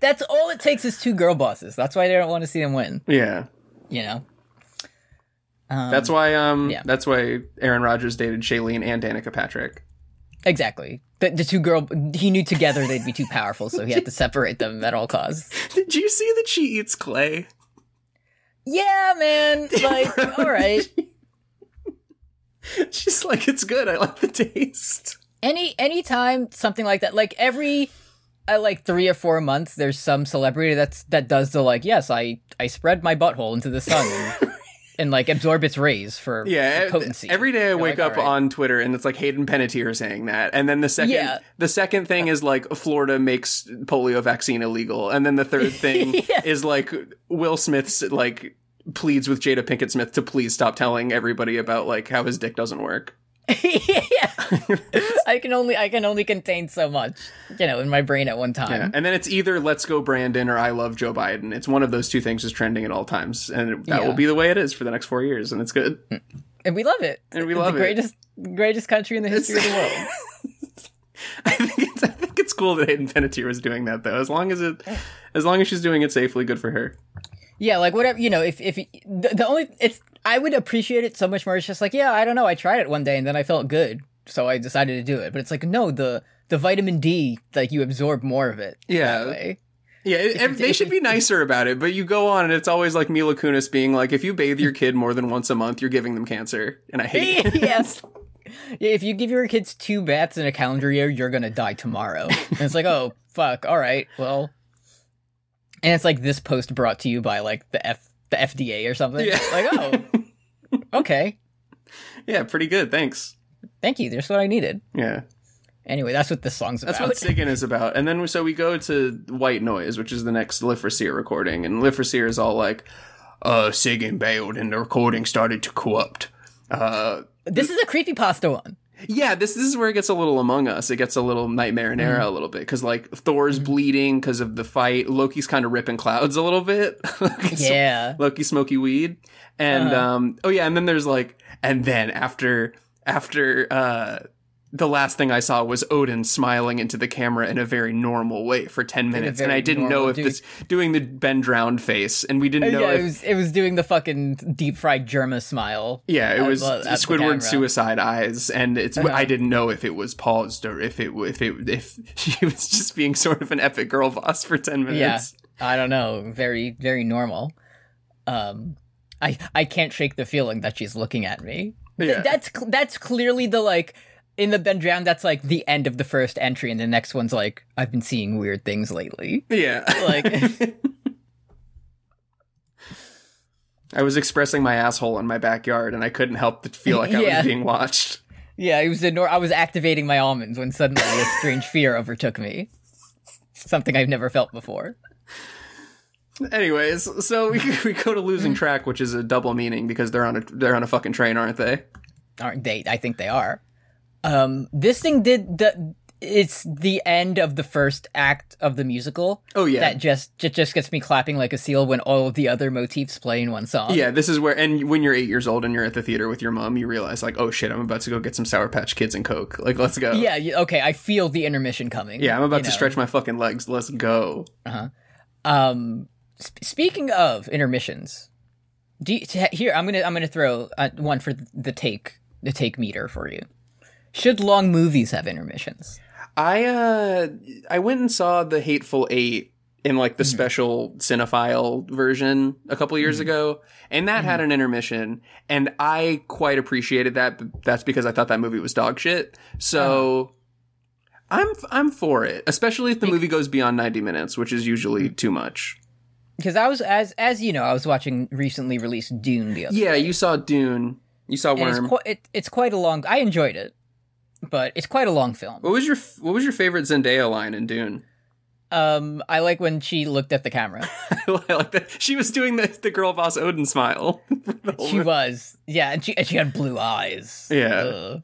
Speaker 2: That's all it takes is two girl bosses. That's why they don't want to see them win.
Speaker 3: Yeah.
Speaker 2: You know.
Speaker 3: That's why um
Speaker 2: yeah.
Speaker 3: that's why Aaron Rodgers dated Shailene and Danica Patrick.
Speaker 2: Exactly. The, the two girl he knew together they'd be too powerful, so he had to separate them at all costs.
Speaker 3: Did you see that she eats clay?
Speaker 2: Yeah, man. Like, all right.
Speaker 3: She's like, it's good, I like the taste.
Speaker 2: Any anytime something like that, like every uh, like three or four months, there's some celebrity that's that does the like. Yes, I I spread my butthole into the sun and, and like absorb its rays for
Speaker 3: Yeah.
Speaker 2: for
Speaker 3: e-
Speaker 2: potency.
Speaker 3: Every day I wake
Speaker 2: like,
Speaker 3: up
Speaker 2: all right.
Speaker 3: on Twitter and it's like Hayden Panettiere saying that. And then the second
Speaker 2: Yeah.
Speaker 3: the second thing is like Florida makes polio vaccine illegal. And then the third thing is like Will Smith's like pleads with Jada Pinkett Smith to please stop telling everybody about like how his dick doesn't work.
Speaker 2: yeah. I can only I can only contain so much, you know, in my brain at one time.
Speaker 3: Yeah. And then it's either let's go Brandon or I love Joe Biden. It's one of those two things is trending at all times. And it- that
Speaker 2: Yeah.
Speaker 3: will be the way it is for the next four years. And it's good.
Speaker 2: And we love it.
Speaker 3: And we
Speaker 2: It's
Speaker 3: love it.
Speaker 2: the greatest greatest country in the history of the world.
Speaker 3: I think it's, I think it's cool that Hayden Panettiere was doing that though. As long as it, as long as she's doing it safely, good for her.
Speaker 2: Yeah, like whatever you know. If if the, the only it's I would appreciate it so much more. It's just like yeah, I don't know. I tried it one day and then I felt good, so I decided to do it. But it's like no, the the vitamin D like you absorb more of it.
Speaker 3: Yeah.
Speaker 2: that way.
Speaker 3: Yeah, it, ev- they should be nicer about it. But you go on and it's always like Mila Kunis being like, if you bathe your kid more than once a month, you're giving them cancer. And I hate. it.
Speaker 2: yes. Yeah, if you give your kids two baths in a calendar year, you're gonna die tomorrow. And it's like oh fuck, all right, well. And it's like this post brought to you by like the F the FDA or something.
Speaker 3: Yeah.
Speaker 2: Like oh, okay,
Speaker 3: yeah, pretty good. Thanks.
Speaker 2: thank you. That's what I needed.
Speaker 3: Yeah.
Speaker 2: Anyway, that's what this song's about.
Speaker 3: That's what Sigan is about. And then we- so we go to White Noise, which is the next Liferseer recording, and Liferseer is all like, "Uh, Sigan bailed, and the recording started to corrupt." Uh,
Speaker 2: This is a creepypasta one.
Speaker 3: yeah, this this is where it gets a little Among Us. It gets a little Nightmare and Era a little bit because like Thor's bleeding because of the fight. Loki's kind of ripping clouds a little bit.
Speaker 2: Yeah.
Speaker 3: Loki smoky weed. And
Speaker 2: Uh-huh.
Speaker 3: um oh yeah, and then there's like and then after after uh the last thing I saw was Odin smiling into the camera in a very normal way for 10 minutes and
Speaker 2: very
Speaker 3: I didn't know
Speaker 2: normal-
Speaker 3: if
Speaker 2: dude. Oh,
Speaker 3: this doing the Ben drowned face and we didn't know
Speaker 2: yeah,
Speaker 3: if
Speaker 2: it was it was doing the fucking deep fried Germa smile.
Speaker 3: yeah, it
Speaker 2: at-
Speaker 3: was
Speaker 2: at the camera. Uh-huh.
Speaker 3: Squidward suicide eyes, and it's I didn't know if it was paused or if it if it if she was just being sort of an epic girl boss for ten
Speaker 2: Yeah,
Speaker 3: minutes.
Speaker 2: I don't know. Very very normal. Um, I I can't shake the feeling that she's looking at me. Th-
Speaker 3: Yeah.
Speaker 2: that's cl- that's clearly the like in the Ben Drown. That's like the end of the first entry, and the next one's like I've been seeing weird things lately.
Speaker 3: Yeah,
Speaker 2: Like-
Speaker 3: I was expressing my asshole in my backyard, and I couldn't help but feel like I
Speaker 2: Yeah.
Speaker 3: was being watched.
Speaker 2: Yeah, it was a nor- I was activating my almonds when suddenly a strange fear overtook me. Something I've never felt before.
Speaker 3: Anyways, so we, we go to losing
Speaker 2: Hmm.
Speaker 3: track, which is a double meaning because they're on a they're on a fucking train, aren't they?
Speaker 2: aren't they? I think they are. Um, this thing did the it's the end of the first act of the musical.
Speaker 3: Oh, yeah.
Speaker 2: that just just, just gets me clapping like a seal when all of the other motifs play in one song.
Speaker 3: Yeah, this is where, and when you're eight years old and you're at the theater with your mom, you realize like, oh shit, I'm about to go get some Sour Patch Kids and Coke. Like, let's go.
Speaker 2: yeah. y- Okay, I feel the intermission coming.
Speaker 3: Yeah, I'm about
Speaker 2: you
Speaker 3: to
Speaker 2: know.
Speaker 3: stretch my fucking legs. Let's go.
Speaker 2: Um, sp- speaking of intermissions, do you, t- here I'm gonna I'm gonna throw uh, one for the take the take meter for you. Should long movies have intermissions?
Speaker 3: I uh I went and saw the Hateful Eight in like
Speaker 2: Hmm.
Speaker 3: the special cinephile version a couple years ago, and that
Speaker 2: Hmm.
Speaker 3: had an intermission, and I quite appreciated that. But that's because I thought that movie was dog shit. So
Speaker 2: Ah.
Speaker 3: I'm I'm for it, especially if the movie goes beyond ninety minutes, which is usually
Speaker 2: Hmm.
Speaker 3: too much.
Speaker 2: Because I was as as you know I was watching recently released Dune the other.
Speaker 3: Yeah, you saw Dune, you saw
Speaker 2: and it's
Speaker 3: Worm.
Speaker 2: quite it, it's quite a long. I enjoyed it, but it's quite a long film.
Speaker 3: what was your f- What was your favorite Zendaya line in Dune?
Speaker 2: Um, I like when she looked at the camera.
Speaker 3: I like that she was doing the the girl boss Odin smile. The whole
Speaker 2: She was, yeah, and she and she had blue eyes.
Speaker 3: Yeah.
Speaker 2: Ugh.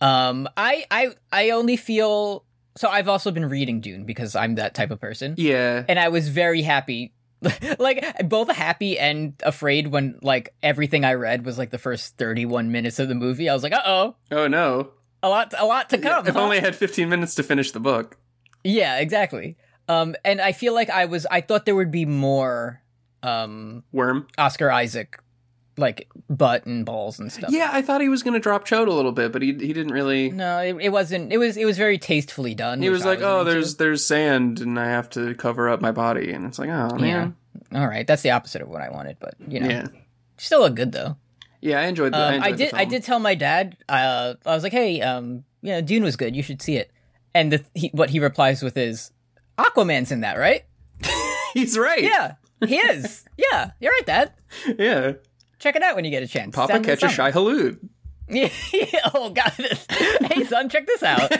Speaker 2: Um, I I I only feel so. I've also been reading Dune because I'm that type of person,
Speaker 3: Yeah.
Speaker 2: and I was very happy, like both happy and afraid when like everything I read was like the first 31 minutes of the movie. I was like, uh oh,
Speaker 3: Oh no.
Speaker 2: a lot, a lot to come.
Speaker 3: if
Speaker 2: huh?
Speaker 3: only I had 15 minutes to finish the book.
Speaker 2: Yeah, exactly. Um, and I feel like I was. I thought there would be more. Um,
Speaker 3: Worm.
Speaker 2: Oscar Isaac, like butt and balls and stuff.
Speaker 3: Yeah, I thought he was going to drop Chode a little bit, but he he didn't really.
Speaker 2: No, it, it wasn't. It was it was very tastefully done.
Speaker 3: He
Speaker 2: which
Speaker 3: was
Speaker 2: I
Speaker 3: like,
Speaker 2: wasn't
Speaker 3: "Oh,
Speaker 2: into.
Speaker 3: there's there's sand, and I have to cover up my body," and it's like, "Oh man,
Speaker 2: all right." That's the opposite of what I wanted, but you know,
Speaker 3: yeah, yeah."
Speaker 2: still look good though.
Speaker 3: I enjoyed. The,
Speaker 2: Um,
Speaker 3: enjoyed
Speaker 2: I,
Speaker 3: the
Speaker 2: did. I
Speaker 3: film.
Speaker 2: did tell my dad. Uh, I was like, "Hey, um, you know, Dune was good. You should see it." And the, he, what he replies with is, "Aquaman's in that, right?"
Speaker 3: He's right.
Speaker 2: Yeah, he is. Yeah, you're right, Dad.
Speaker 3: yeah.
Speaker 2: Check it out when you get a chance.
Speaker 3: Papa
Speaker 2: Sound-
Speaker 3: catch a
Speaker 2: sound-
Speaker 3: shy halud.
Speaker 2: Yeah. oh god. hey son, check this out.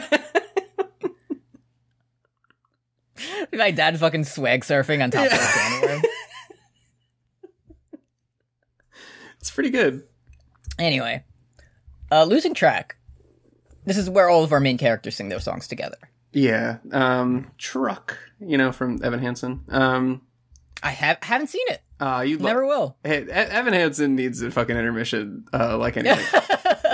Speaker 2: My dad fucking swag surfing on top of the can of worm.
Speaker 3: It's pretty good.
Speaker 2: Anyway, uh, losing track. This is where all of our main characters sing their songs together.
Speaker 3: Yeah. Um, truck. You know, from Evan Hansen. Um,
Speaker 2: I have haven't seen it.
Speaker 3: uh, you lo-
Speaker 2: Never will.
Speaker 3: Hey, E- Evan Hansen needs a fucking intermission, uh, like anything,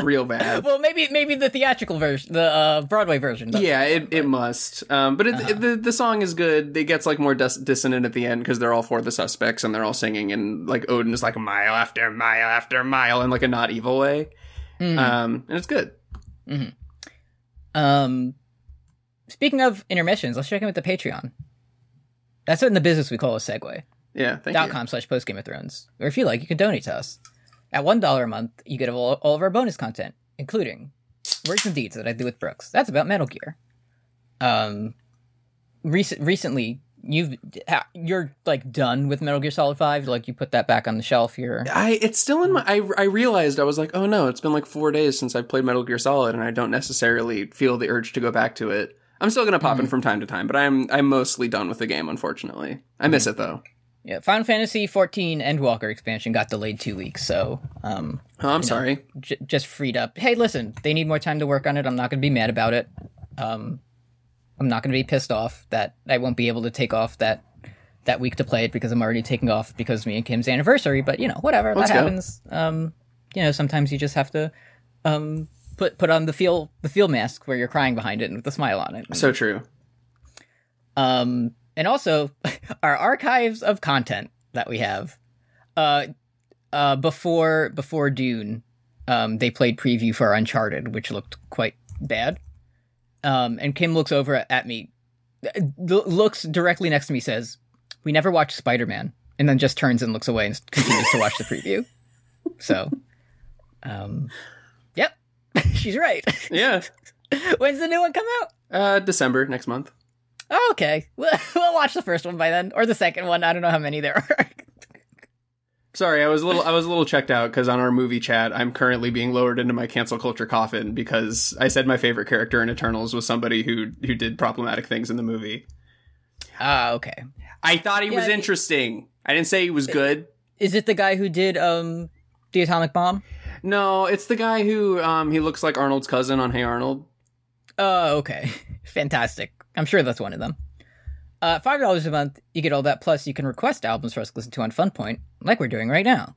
Speaker 3: real bad.
Speaker 2: Well, maybe maybe the theatrical version, the uh, Broadway version. does.
Speaker 3: Yeah, it, it must. Um, but it, the the song is good. It gets like more dis- dissonant at the end because they're all for the suspects and they're all singing and like Odin is like mile after mile after mile in like a not evil way.
Speaker 2: Hmm.
Speaker 3: Um, and it's good.
Speaker 2: Um, speaking of intermissions, let's check in with the Patreon. That's what in the business we call a segue.
Speaker 3: Yeah, thank
Speaker 2: dot
Speaker 3: you.
Speaker 2: com slash post Game of Thrones. Or if you like, you can donate to us. At one dollar a month, you get all, all of our bonus content, including words and deeds that I do with Brooks. That's about Metal Gear. Um, recent recently, you've ha- you're like done with Metal Gear Solid Five. Like you put that back on the shelf. You're
Speaker 3: I it's still in my. I I realized I was like, oh no, it's been like four days since I've played Metal Gear Solid, and I don't necessarily feel the urge to go back to it. I'm still gonna pop in from time to time, but I'm I'm mostly done with the game. Unfortunately, I miss it though.
Speaker 2: yeah, Final Fantasy 14 Endwalker expansion got delayed two weeks, so um,
Speaker 3: Oh, I'm sorry.
Speaker 2: j- just freed up. Hey, listen, they need more time to work on it. I'm not going to be mad about it. Um, I'm not going to be pissed off that I won't be able to take off that that week to play it because I'm already taking off because me and Kim's anniversary. But you know, whatever
Speaker 3: Let's
Speaker 2: that
Speaker 3: go.
Speaker 2: happens. Um, you know, sometimes you just have to um, put put on the feel the feel mask where you're crying behind it and with a smile on it.
Speaker 3: So true.
Speaker 2: Um, and also our archives of content that we have. Uh, uh, before before Dune, um, they played preview for Uncharted, which looked quite bad. Um, and Kim looks over at, at me, uh, l- looks directly next to me, says, "We never watched Spider Man," and then just turns and looks away and continues to watch the preview. So, um, yep, she's right.
Speaker 3: Yeah.
Speaker 2: When's the new one come out?
Speaker 3: Uh, December next month.
Speaker 2: Oh, okay. We'll, we'll watch the first one by then, or the second one. I don't know how many there are.
Speaker 3: Sorry, I was a little I was a little checked out because on our movie chat, I'm currently being lowered into my cancel culture coffin because I said my favorite character in Eternals was somebody who who did problematic things in the movie.
Speaker 2: Ah, okay.
Speaker 3: I thought he
Speaker 2: Yeah,
Speaker 3: was
Speaker 2: I-
Speaker 3: interesting. I didn't say he was good.
Speaker 2: Is it the guy who did um the atomic bomb?
Speaker 3: No, it's the guy who um he looks like Arnold's cousin on Hey Arnold.
Speaker 2: Oh, okay. Fantastic. I'm sure that's one of them. Uh, $5 a month, you get all that. Plus, you can request albums for us to listen to on Funpoint, like we're doing right now.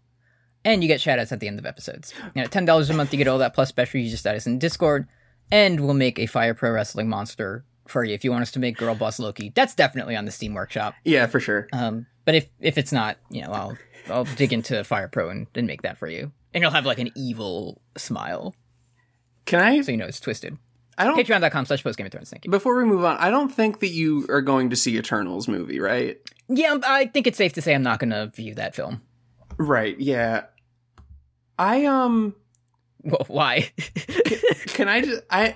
Speaker 2: And you get shoutouts at the end of episodes. And at $10 a month, you get all that plus special user status in Discord. And we'll make a Fire Pro Wrestling monster for you if you want us to make Girl Boss Loki. That's definitely on the Steam Workshop.
Speaker 3: Yeah, for sure.
Speaker 2: Um, but if, if it's not, you know, I'll I'll dig into Fire Pro and, and make that for you. And you'll have like an evil smile.
Speaker 3: Can I?
Speaker 2: So you know it's twisted.
Speaker 3: I don't.
Speaker 2: Patreon.com slash post Game of Thrones. Thank you.
Speaker 3: Before we move on, I don't think that you are going to see Eternals movie, right?
Speaker 2: Yeah, um, I think it's safe to say I'm not going to view that film.
Speaker 3: Right. Yeah. I um.
Speaker 2: Well, why?
Speaker 3: can, can I just I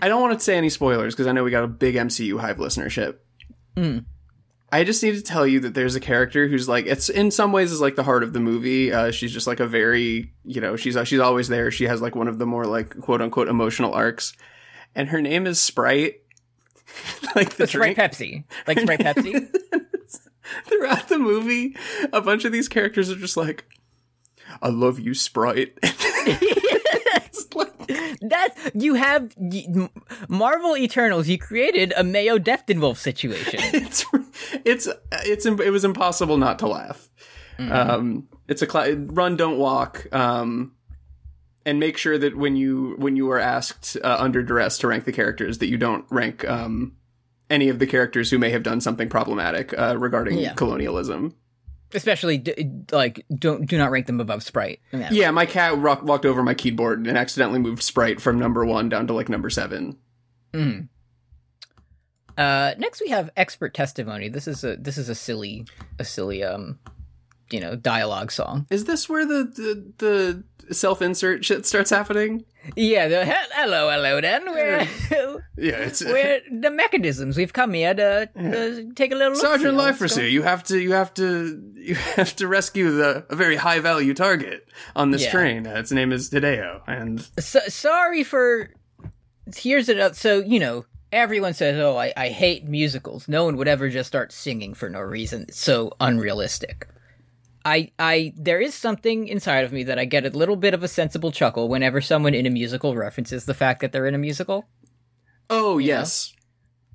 Speaker 3: I don't want to say any spoilers because I know we got a big MCU hive listenership.
Speaker 2: Mm.
Speaker 3: I just need to tell you that there's a character who's like it's in some ways is like the heart of the movie. Uh, she's just like a very you know she's she's always there. She has like one of the more like quote unquote emotional arcs, and her name is Sprite. like the,
Speaker 2: But Sprite
Speaker 3: drink.
Speaker 2: Pepsi. Like Sprite Pepsi.
Speaker 3: Throughout the movie, a bunch of these characters are just like, "I love you, Sprite." It's like-
Speaker 2: That's you have y- M- Marvel Eternals. You created a Mayo Wolf situation.
Speaker 3: it's it's it's it was impossible not to laugh.
Speaker 2: Mm.
Speaker 3: Um, it's a cla run, don't walk. Um, and make sure that when you when you are asked uh, under duress to rank the characters, that you don't rank um, any of the characters who may have done something problematic uh, regarding
Speaker 2: Yeah.
Speaker 3: colonialism.
Speaker 2: Especially d- like don't do not rank them above Sprite. in that.
Speaker 3: Yeah, my cat rock- walked over my keyboard and accidentally moved Sprite from number one down to like number seven.
Speaker 2: Mm. Uh, next we have expert testimony. This is a this is a silly a silly um you know dialogue song.
Speaker 3: Is this where the the, the self insert shit starts happening?
Speaker 2: Yeah, the, he- hello, hello, then we're
Speaker 3: Yeah, it's
Speaker 2: we're the mechanisms. We've come here to, to take a little look
Speaker 3: Sergeant
Speaker 2: see what's going-
Speaker 3: Lifersey, you have to you have to you have to rescue the a very high value target on this
Speaker 2: Yeah.
Speaker 3: train. Uh, its name is Tadeo, and
Speaker 2: so, sorry for here's it so you know everyone says oh I, I hate musicals no one would ever just start singing for no reason it's so unrealistic i i there is something inside of me that i get a little bit of a sensible chuckle whenever someone in a musical references the fact that they're in a musical
Speaker 3: oh yes,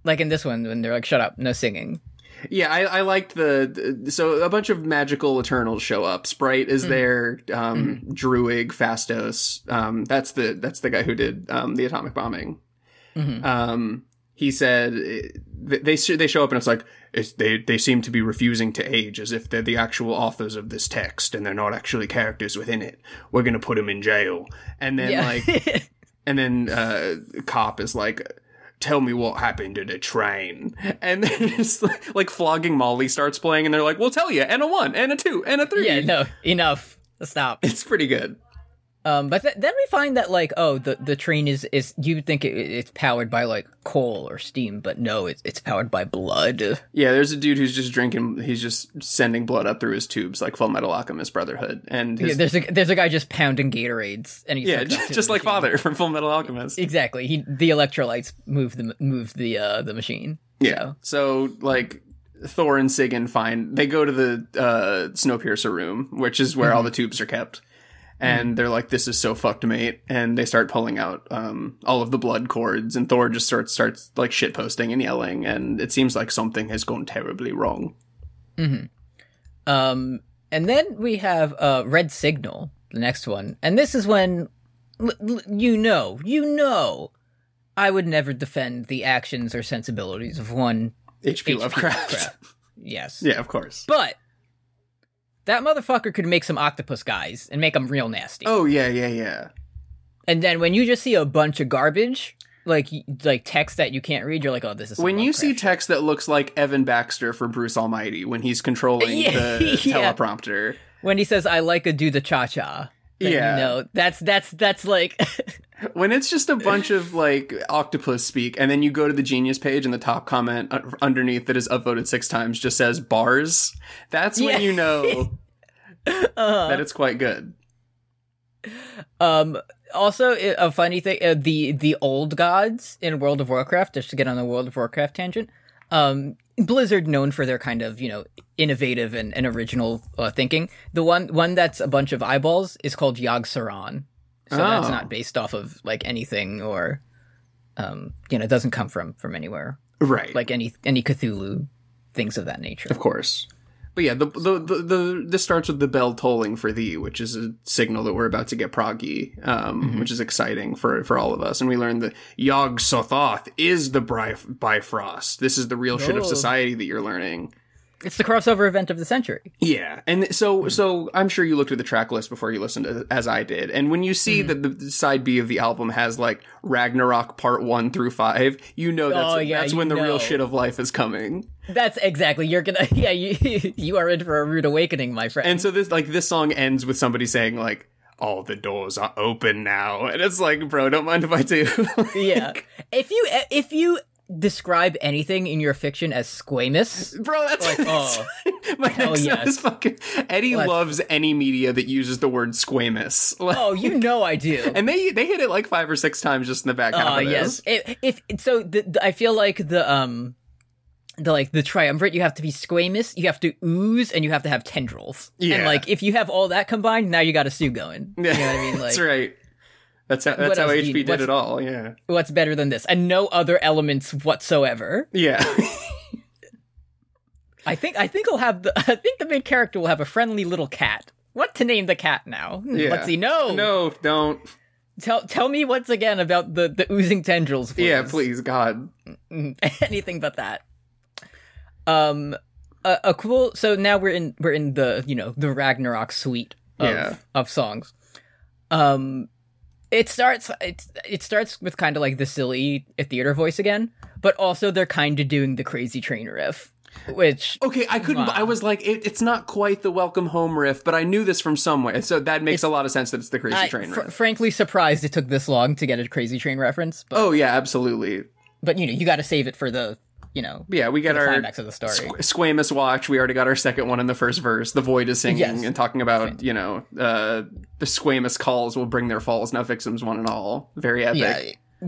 Speaker 2: like in this one when they're like shut up no singing
Speaker 3: yeah. I, I liked the, the- so a bunch of magical Eternals show up. Sprite is there, um, Druig, Fastos. Um, that's the that's the guy who did um, the atomic bombing.
Speaker 2: Mhm.
Speaker 3: Um, he said eh, they sh- they show up and it's like it's, they they seem to be refusing to age as if they're the actual authors of this text and they're not actually characters within it. We're gonna put them in jail. And then
Speaker 2: yeah
Speaker 3: like and then uh cop is like tell me what happened to the train and then just like, like flogging molly starts playing and they're like we'll tell you and a one and a two and a three
Speaker 2: yeah no enough stop
Speaker 3: it's pretty good
Speaker 2: Um, but th- then we find that like, oh, the, the train is is you would think it, it's powered by like coal or steam, but no, it's it's powered by blood.
Speaker 3: yeah there's a dude who's just drinking he's just sending blood up through his tubes like full metal alchemist brotherhood and
Speaker 2: Yeah,
Speaker 3: his,
Speaker 2: there's a there's a guy just pounding Gatorades, and he's
Speaker 3: yeah,
Speaker 2: hooked up to
Speaker 3: just,
Speaker 2: the
Speaker 3: just like
Speaker 2: machine.
Speaker 3: father from full metal alchemist
Speaker 2: Exactly. He the electrolytes move the move the uh the machine.
Speaker 3: Yeah. So like Thor and Sigyn find they go to the uh, Snowpiercer room, which is
Speaker 2: Mm-hmm.
Speaker 3: where all the tubes are kept, and they're like, "This is so fucked, mate!" And they start pulling out um, all of the blood cords, and Thor just starts starts like shit posting and yelling, and it seems like something has gone terribly wrong.
Speaker 2: So, um, and then we have uh red signal, the next one, and this is when l- l- you know, you know, I would never defend the actions or sensibilities of one.
Speaker 3: H.P.
Speaker 2: HP
Speaker 3: Lovecraft.
Speaker 2: Lovecraft. Yes.
Speaker 3: yeah, of course.
Speaker 2: But that motherfucker could make some octopus guys and make them real nasty.
Speaker 3: Oh yeah, yeah, yeah.
Speaker 2: And then when you just see a bunch of garbage, like like text that you can't read, you're like, oh, this is some
Speaker 3: When you
Speaker 2: Lovecraft
Speaker 3: see
Speaker 2: shit.
Speaker 3: text that looks like Evan Baxter from Bruce Almighty when he's controlling
Speaker 2: Yeah,
Speaker 3: the
Speaker 2: yeah.
Speaker 3: teleprompter,
Speaker 2: when he says, "I like a do the cha cha."
Speaker 3: Yeah.
Speaker 2: you know that's that's that's like
Speaker 3: When it's just a bunch of like octopus speak, and then you go to the genius page, and the top comment un- underneath that is upvoted six times just says bars. That's when
Speaker 2: Yeah. Uh-huh.
Speaker 3: you know
Speaker 2: uh,
Speaker 3: that it's quite good.
Speaker 2: um. Also, i- a funny thing: uh, the the old gods in World of Warcraft. Just to get on the World of Warcraft tangent, um, Blizzard known for their kind of you know innovative and, and original uh, thinking. The one one that's a bunch of eyeballs is called Yog Saron, so that's
Speaker 3: Oh.
Speaker 2: not based off of like anything or Um, you know, it doesn't come from from anywhere
Speaker 3: right?
Speaker 2: like any any Cthulhu things of that nature.
Speaker 3: of course. But yeah, the, the the the this starts with the bell tolling for thee, which is a signal that we're about to get Proggy, um, which is exciting for for all of us. And we learn that Yog Sothoth is the Bri- Bifrost. This is the real shit of
Speaker 2: Oh.
Speaker 3: society that you're learning.
Speaker 2: It's the crossover event of the century.
Speaker 3: Yeah, and so
Speaker 2: Hmm.
Speaker 3: so I'm sure you looked at the track list before you listened to, as I did, and when you see
Speaker 2: Hmm.
Speaker 3: that the side B of the album has like Ragnarok Part One through Five, you know that's,
Speaker 2: Oh, yeah,
Speaker 3: that's
Speaker 2: you
Speaker 3: when the real
Speaker 2: know.
Speaker 3: shit of life is coming.
Speaker 2: That's exactly. You're gonna. Yeah, you you are in for a rude awakening, my friend.
Speaker 3: And so this like this song ends with somebody saying like, "All the doors are open now," and it's like, bro, don't mind if I do.
Speaker 2: yeah. If you if you describe anything in your fiction as squamous,
Speaker 3: Bro, that's
Speaker 2: Like, oh,
Speaker 3: my next note
Speaker 2: yes.
Speaker 3: is fucking. Eddie
Speaker 2: Let's-
Speaker 3: loves any media that uses the word squamous, Like-
Speaker 2: oh, you know I do.
Speaker 3: and they they hit it like five or six times just in the back half
Speaker 2: Oh
Speaker 3: of this.
Speaker 2: yes. If, if so, the, the- I feel like the um, the like the triumvirate. You have to be squamous. You have to ooze, and you have to have tendrils.
Speaker 3: Yeah.
Speaker 2: And like if you have all that combined, now you got a stew going.
Speaker 3: Yeah,
Speaker 2: You know what I mean? Like
Speaker 3: that's right. That's how
Speaker 2: What
Speaker 3: that's how
Speaker 2: else do you-
Speaker 3: HB did
Speaker 2: what's-
Speaker 3: it all. Yeah,
Speaker 2: what's better than this? And no other elements whatsoever.
Speaker 3: yeah.
Speaker 2: I think I think I'll have the I think the main character will have a friendly little cat. What to name the cat now? Hmm,
Speaker 3: Yeah.
Speaker 2: Let's see. No.
Speaker 3: no, don't.
Speaker 2: Tell tell me once again about the the oozing tendrils. Please.
Speaker 3: Yeah, please, God.
Speaker 2: anything but that. Um, a, a cool. So now we're in we're in the you know the Ragnarok suite of
Speaker 3: Yeah.
Speaker 2: of songs. Um, it starts it it starts with kind of like the silly theater voice again, but also they're kind of doing the crazy train riff, which
Speaker 3: Okay, I couldn't. I was like, it, it's not quite the welcome home riff, but I knew this from somewhere, so that makes a lot of sense that it's the crazy
Speaker 2: I,
Speaker 3: train
Speaker 2: fr-
Speaker 3: riff.
Speaker 2: frankly surprised it took this long to get a crazy train reference. But
Speaker 3: Oh yeah, absolutely.
Speaker 2: but you know you got to save it for the you know
Speaker 3: Yeah, we got
Speaker 2: the
Speaker 3: our
Speaker 2: climax of the story.
Speaker 3: squ- squamous watch. We already got our second one in the first verse. The void is singing
Speaker 2: Yes.
Speaker 3: and talking about you know uh, the squamous calls will bring their falls. Now victims one and all. Very epic.
Speaker 2: yeah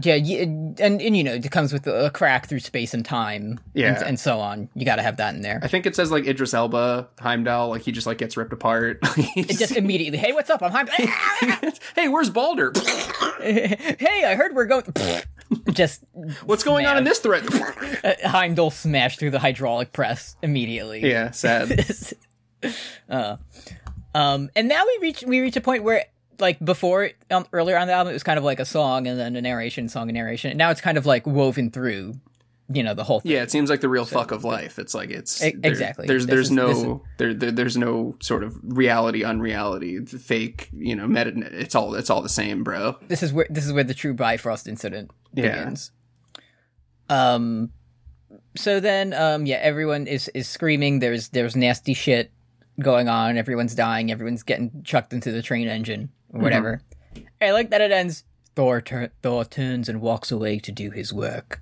Speaker 2: yeah y- and, and you know it comes with a crack through space and time
Speaker 3: Yeah.
Speaker 2: and, and so on you got to have that in there
Speaker 3: I think it says like Idris Elba, Heimdall, like he just like gets ripped apart.
Speaker 2: it just immediately hey what's up i'm hyped
Speaker 3: hey, where's Balder?
Speaker 2: hey i heard we're going just
Speaker 3: What's going on in
Speaker 2: Smash.
Speaker 3: this thread?
Speaker 2: uh, heimdall smashed through the hydraulic press immediately
Speaker 3: yeah, sad.
Speaker 2: Uh, um, and now we reach we reach a point where like before um, earlier on the album it was kind of like a song and then a narration song and narration and now it's kind of like woven through you know the whole thing
Speaker 3: Yeah, it seems like the real fuck of life. It's like it's
Speaker 2: E-
Speaker 3: there-
Speaker 2: exactly.
Speaker 3: There's
Speaker 2: This
Speaker 3: there's
Speaker 2: is- this
Speaker 3: no there, there there's no sort of reality, unreality, fake. You know, meta. It's all it's all the same, bro.
Speaker 2: this is where this is where the true Bifrost incident
Speaker 3: Yeah.
Speaker 2: begins. Um, so then, um, yeah, everyone is is screaming. There's there's nasty shit going on. Everyone's dying. Everyone's getting chucked into the train engine or whatever. I like that it ends. Thor tur- Thor turns and walks away to do his work.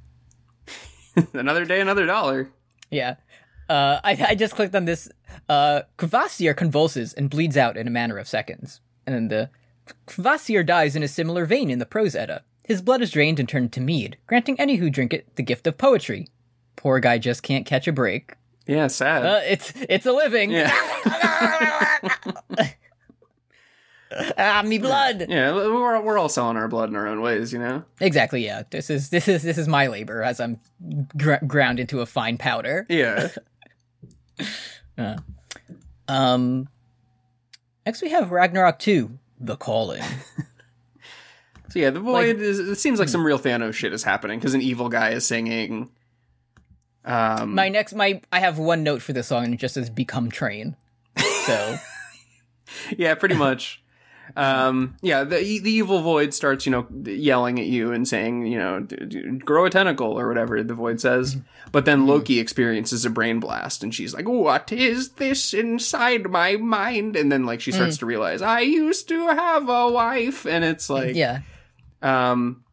Speaker 3: another day, another dollar.
Speaker 2: Yeah. Uh, I, I just clicked on this. Uh, Kvasir convulses and bleeds out in a matter of seconds. And then the Kvasir dies in a similar vein in the prose Edda. His blood is drained and turned to mead, granting any who drink it the gift of poetry. Poor guy just can't catch a break.
Speaker 3: Yeah, sad.
Speaker 2: Uh, it's it's a living.
Speaker 3: yeah,
Speaker 2: ah, me blood.
Speaker 3: yeah. We're we're all selling our blood in our own ways, you know.
Speaker 2: Exactly. Yeah. This is this is this is my labor as I'm gr- ground into a fine powder.
Speaker 3: Yeah,
Speaker 2: Um. Next, we have Ragnarok Two: The Calling.
Speaker 3: so yeah, the void. is, it seems
Speaker 2: Hmm.
Speaker 3: like some real Thanos shit is happening because an evil guy is singing. Um,
Speaker 2: My next, my I have one note for this song, and it just says "Become Train." So
Speaker 3: yeah, pretty much. Um, yeah, the the evil void starts, you know, yelling at you and saying, you know, d- d- grow a tentacle or whatever the void says.
Speaker 2: Mm-hmm.
Speaker 3: But then Loki experiences a brain blast, and she's like, "What is this inside my mind?" And then
Speaker 2: Mm.
Speaker 3: like she starts to realize, "I used to have a wife," and it's like,
Speaker 2: yeah,
Speaker 3: um,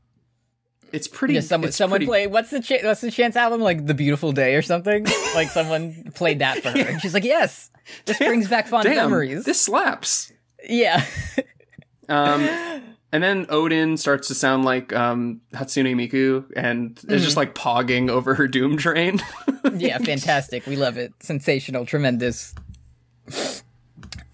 Speaker 3: it's pretty.
Speaker 2: yeah someone
Speaker 3: it's
Speaker 2: someone
Speaker 3: pretty-
Speaker 2: play what's the cha- what's the chance album like "The Beautiful Day" or something? like someone played that for her, and she's like, "Yes, this brings back fond
Speaker 3: Damn,
Speaker 2: memories."
Speaker 3: This slaps.
Speaker 2: yeah,
Speaker 3: Um, and then Odin starts to sound like um, Hatsune Miku and
Speaker 2: Mm.
Speaker 3: is just like pogging over her doom train.
Speaker 2: yeah, fantastic. We love it. Sensational, tremendous.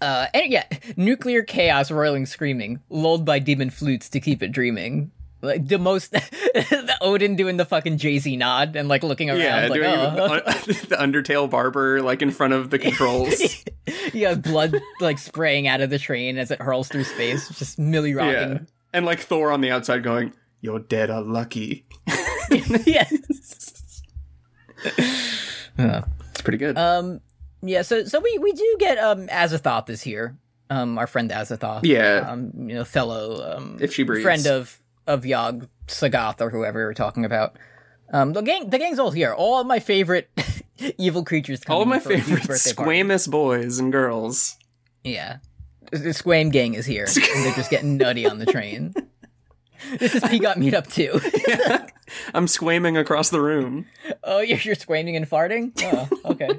Speaker 2: Uh, and yeah, nuclear chaos, roiling, screaming, lulled by demon flutes to keep it dreaming. Like the most, the Odin doing the fucking Jay Z nod and like looking around.
Speaker 3: Yeah,
Speaker 2: like,
Speaker 3: doing
Speaker 2: oh.
Speaker 3: the, the Undertale barber like in front of the controls.
Speaker 2: yeah, blood like spraying out of the train as it hurls through space, just Millie
Speaker 3: yeah,
Speaker 2: rocking.
Speaker 3: and like Thor on the outside going, "You're dead are lucky."
Speaker 2: yes.
Speaker 3: It's pretty good.
Speaker 2: Um. Yeah. So so we we do get um Azathoth is here. Um. Our friend Azathoth.
Speaker 3: Yeah.
Speaker 2: Um. You know, fellow um
Speaker 3: if she breathes,
Speaker 2: friend of of Yog Sagoth or whoever we were talking about. Um. The gang. The gang's all here. All of my favorite evil creatures. Coming
Speaker 3: all my
Speaker 2: for a huge
Speaker 3: favorite
Speaker 2: birthday party.
Speaker 3: squamous boys and girls.
Speaker 2: Yeah. The Squam gang is here. and they're just getting nutty on the train. This is Peacock Meetup too.
Speaker 3: I'm squaming across the room.
Speaker 2: oh, you're, you're squaming and farting? Oh, okay.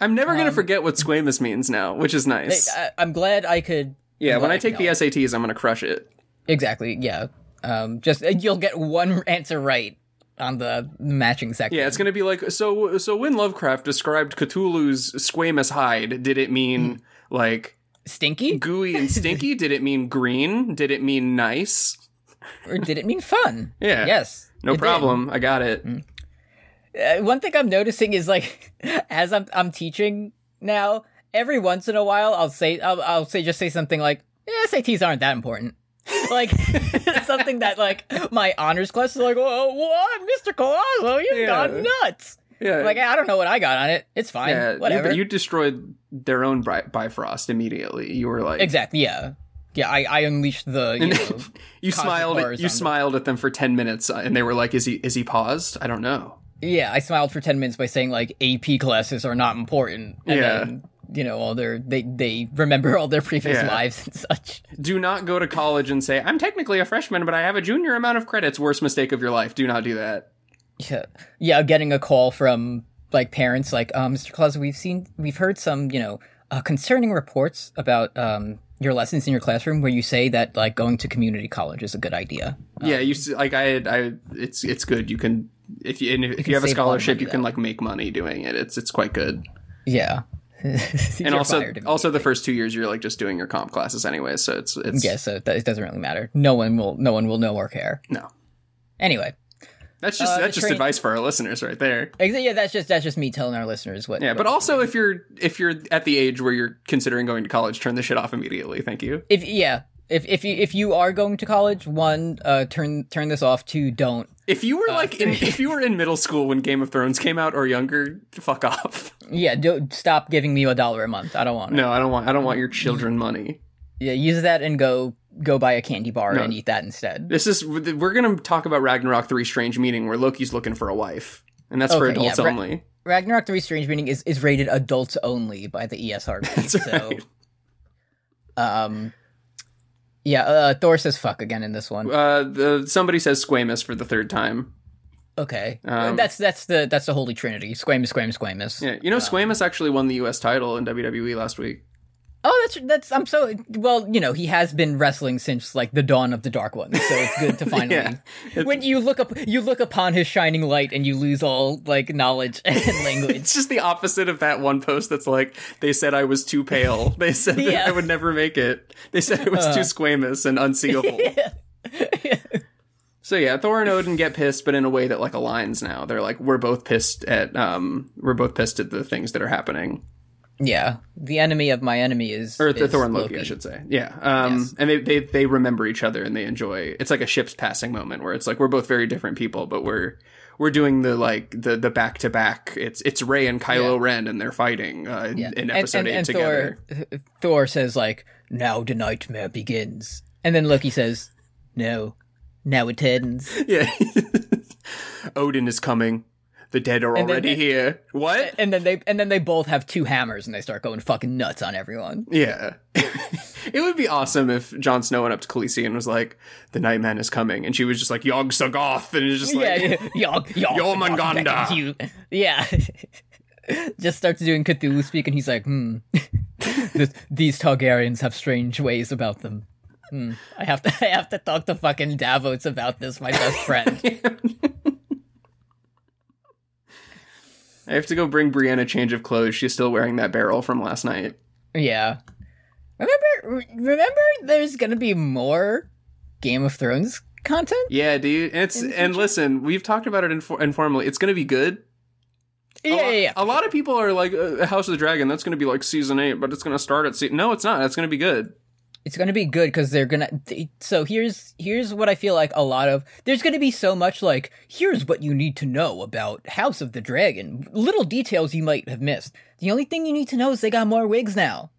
Speaker 3: I'm never gonna
Speaker 2: Um,
Speaker 3: forget what squamous means now, which is
Speaker 2: Hey,
Speaker 3: nice.
Speaker 2: I, I'm glad I could
Speaker 3: yeah, when I
Speaker 2: like,
Speaker 3: take the
Speaker 2: no.
Speaker 3: SATs, I'm gonna crush it.
Speaker 2: Exactly. Yeah. Um. Just you'll get one answer right on the matching section.
Speaker 3: Yeah, it's gonna be like so. So when Lovecraft described Cthulhu's squamous hide, did it
Speaker 2: Mm.
Speaker 3: mean like
Speaker 2: stinky,
Speaker 3: gooey and stinky? did it mean green? Did it mean nice?
Speaker 2: or did it mean fun?
Speaker 3: Yeah.
Speaker 2: Yes.
Speaker 3: No
Speaker 2: it did.
Speaker 3: problem. I got it.
Speaker 2: Uh, one thing I'm noticing is like, as I'm I'm teaching now, every once in a while I'll say I'll, I'll say just say something like "Eh, SATs aren't that important. Like something that like my honors class is like, oh, what, Mr. Colazo, you've
Speaker 3: Yeah.
Speaker 2: gone oh, nuts.
Speaker 3: Yeah.
Speaker 2: Like I don't know what I got on it. It's fine.
Speaker 3: yeah, you-
Speaker 2: Whatever.
Speaker 3: You, destroyed their own Bi- Bifrost immediately. You were like,
Speaker 2: Exactly. Yeah. Yeah. I, I unleashed the you know,
Speaker 3: You
Speaker 2: Cosmic
Speaker 3: smiled.
Speaker 2: horrors
Speaker 3: At, you
Speaker 2: on them.
Speaker 3: smiled at them for ten minutes, uh, and they were like, "Is he? Is he paused? I don't know."
Speaker 2: yeah. I smiled for ten minutes by saying like AP classes are not important. And
Speaker 3: Yeah.
Speaker 2: Then, you know all their they they remember all their previous
Speaker 3: Yeah.
Speaker 2: lives and such.
Speaker 3: Do not go to college and say, "I'm technically a freshman, but I have a junior amount of credits." Worst mistake of your life. Do not do that.
Speaker 2: Yeah. Yeah. Getting a call from like parents like um, Mr. Claus, we've seen we've heard some you know uh, concerning reports about um your lessons in your classroom where you say that like going to community college is a good idea.
Speaker 3: yeah, you s- like I, I. It's it's good. You can if you and if, if you
Speaker 2: can
Speaker 3: have a
Speaker 2: save a lot of
Speaker 3: scholarship,
Speaker 2: money
Speaker 3: you can
Speaker 2: that
Speaker 3: like make money doing it. It's it's quite good.
Speaker 2: Yeah.
Speaker 3: and also also the first two years, you're like just doing your comp classes anyway. So it's it's
Speaker 2: yeah, so that, it doesn't really matter. No one will no one will know or care.
Speaker 3: no.
Speaker 2: Anyway,
Speaker 3: That's just
Speaker 2: Uh,
Speaker 3: that's just
Speaker 2: the train-
Speaker 3: advice for our listeners right there.
Speaker 2: Ex- yeah, that's just that's just me telling our listeners what.
Speaker 3: Yeah, but
Speaker 2: what-
Speaker 3: also if you're if you're at the age where you're considering going to college, turn the shit off immediately. Thank you.
Speaker 2: if yeah, if if you if you are going to college, one, uh, turn turn this off. Two, don't.
Speaker 3: If you
Speaker 2: Uh,
Speaker 3: were like in, if you were in middle school when Game of Thrones came out or younger, fuck off.
Speaker 2: Yeah, don't stop giving me a dollar a month. I don't want it.
Speaker 3: No, I don't want I don't want your children money.
Speaker 2: Yeah, use that and go go buy a candy bar and eat that instead.
Speaker 3: This is we're going to talk about Ragnarok 3 Strange Meaning where Loki's looking for a wife. And that's for
Speaker 2: Okay, yeah,
Speaker 3: adults
Speaker 2: Ra-
Speaker 3: only.
Speaker 2: Ragnarok Three: Strange Meaning is is rated adults only by the E ESRB. so, um, yeah, uh, Thor says fuck again in this one.
Speaker 3: Uh the somebody says squamous for the third time.
Speaker 2: Okay,
Speaker 3: Um,
Speaker 2: that's that's the that's the holy trinity: squamous, squamous, squamous.
Speaker 3: Yeah, you know squamous actually won the US title in WWE last week.
Speaker 2: Oh, that's that's. I'm so well. You know, he has been wrestling since like the dawn of the Dark One, so it's good to finally.
Speaker 3: Yeah.
Speaker 2: When you look up, you look upon his shining light, and you lose all like knowledge and language.
Speaker 3: It's just the opposite of that one post that's like, they said I was too pale. They said that
Speaker 2: Yeah.
Speaker 3: I would never make it. They said I was too squamous and unseeable. So yeah, Thor and Odin get pissed, but in a way that like aligns now. They're like, we're both pissed at um we're both pissed at the things that are happening.
Speaker 2: yeah, the enemy of my enemy is
Speaker 3: Or the
Speaker 2: is
Speaker 3: Thor and Loki, I should say. Yeah. Um
Speaker 2: Yes.
Speaker 3: and they, they they remember each other and they enjoy it's like a ship's passing moment where it's like we're both very different people, but we're we're doing the like the the back to back. It's it's Ray and Kylo Ren and they're fighting uh, in,
Speaker 2: Yeah.
Speaker 3: in episode eight together.
Speaker 2: Thor, Thor says like, "Now the nightmare begins," and then Loki says, "No, now it ends."
Speaker 3: Yeah. Odin is coming. The dead are
Speaker 2: And then-
Speaker 3: already here. What?
Speaker 2: And then they and then they both have two hammers and they start going fucking nuts on everyone.
Speaker 3: Yeah. it would be awesome if Jon Snow went up to Khaleesi and was like, The Nightman is coming. And she was just like, Yog Sagoth. And it's just like,
Speaker 2: yeah, yeah, Yog, Yog,
Speaker 3: Jormungandr.
Speaker 2: beckons you. Yeah. Just starts doing Cthulhu speak, and he's like, "Hmm, Th- these Targaryens have strange ways about them. Hmm. I have to, I have to talk to fucking Davos about this, my best friend."
Speaker 3: I have to go bring Brienne a change of clothes. She's still wearing that barrel from last night.
Speaker 2: Yeah. Remember, remember, there's gonna be more Game of Thrones content.
Speaker 3: Yeah, dude. And it's and listen, we've talked about it infor- informally. It's going to be good.
Speaker 2: Yeah,
Speaker 3: a lot,
Speaker 2: yeah, yeah.
Speaker 3: A lot of people are like uh, House of the Dragon. That's going to be like season eight, but it's going to start at season. No, it's not. It's going to be good.
Speaker 2: It's gonna be good because they're gonna. th- so here's here's what I feel like a lot of. There's gonna be so much like here's what you need to know about House of the Dragon. Little details you might have missed. The only thing you need to know is they got more wigs now.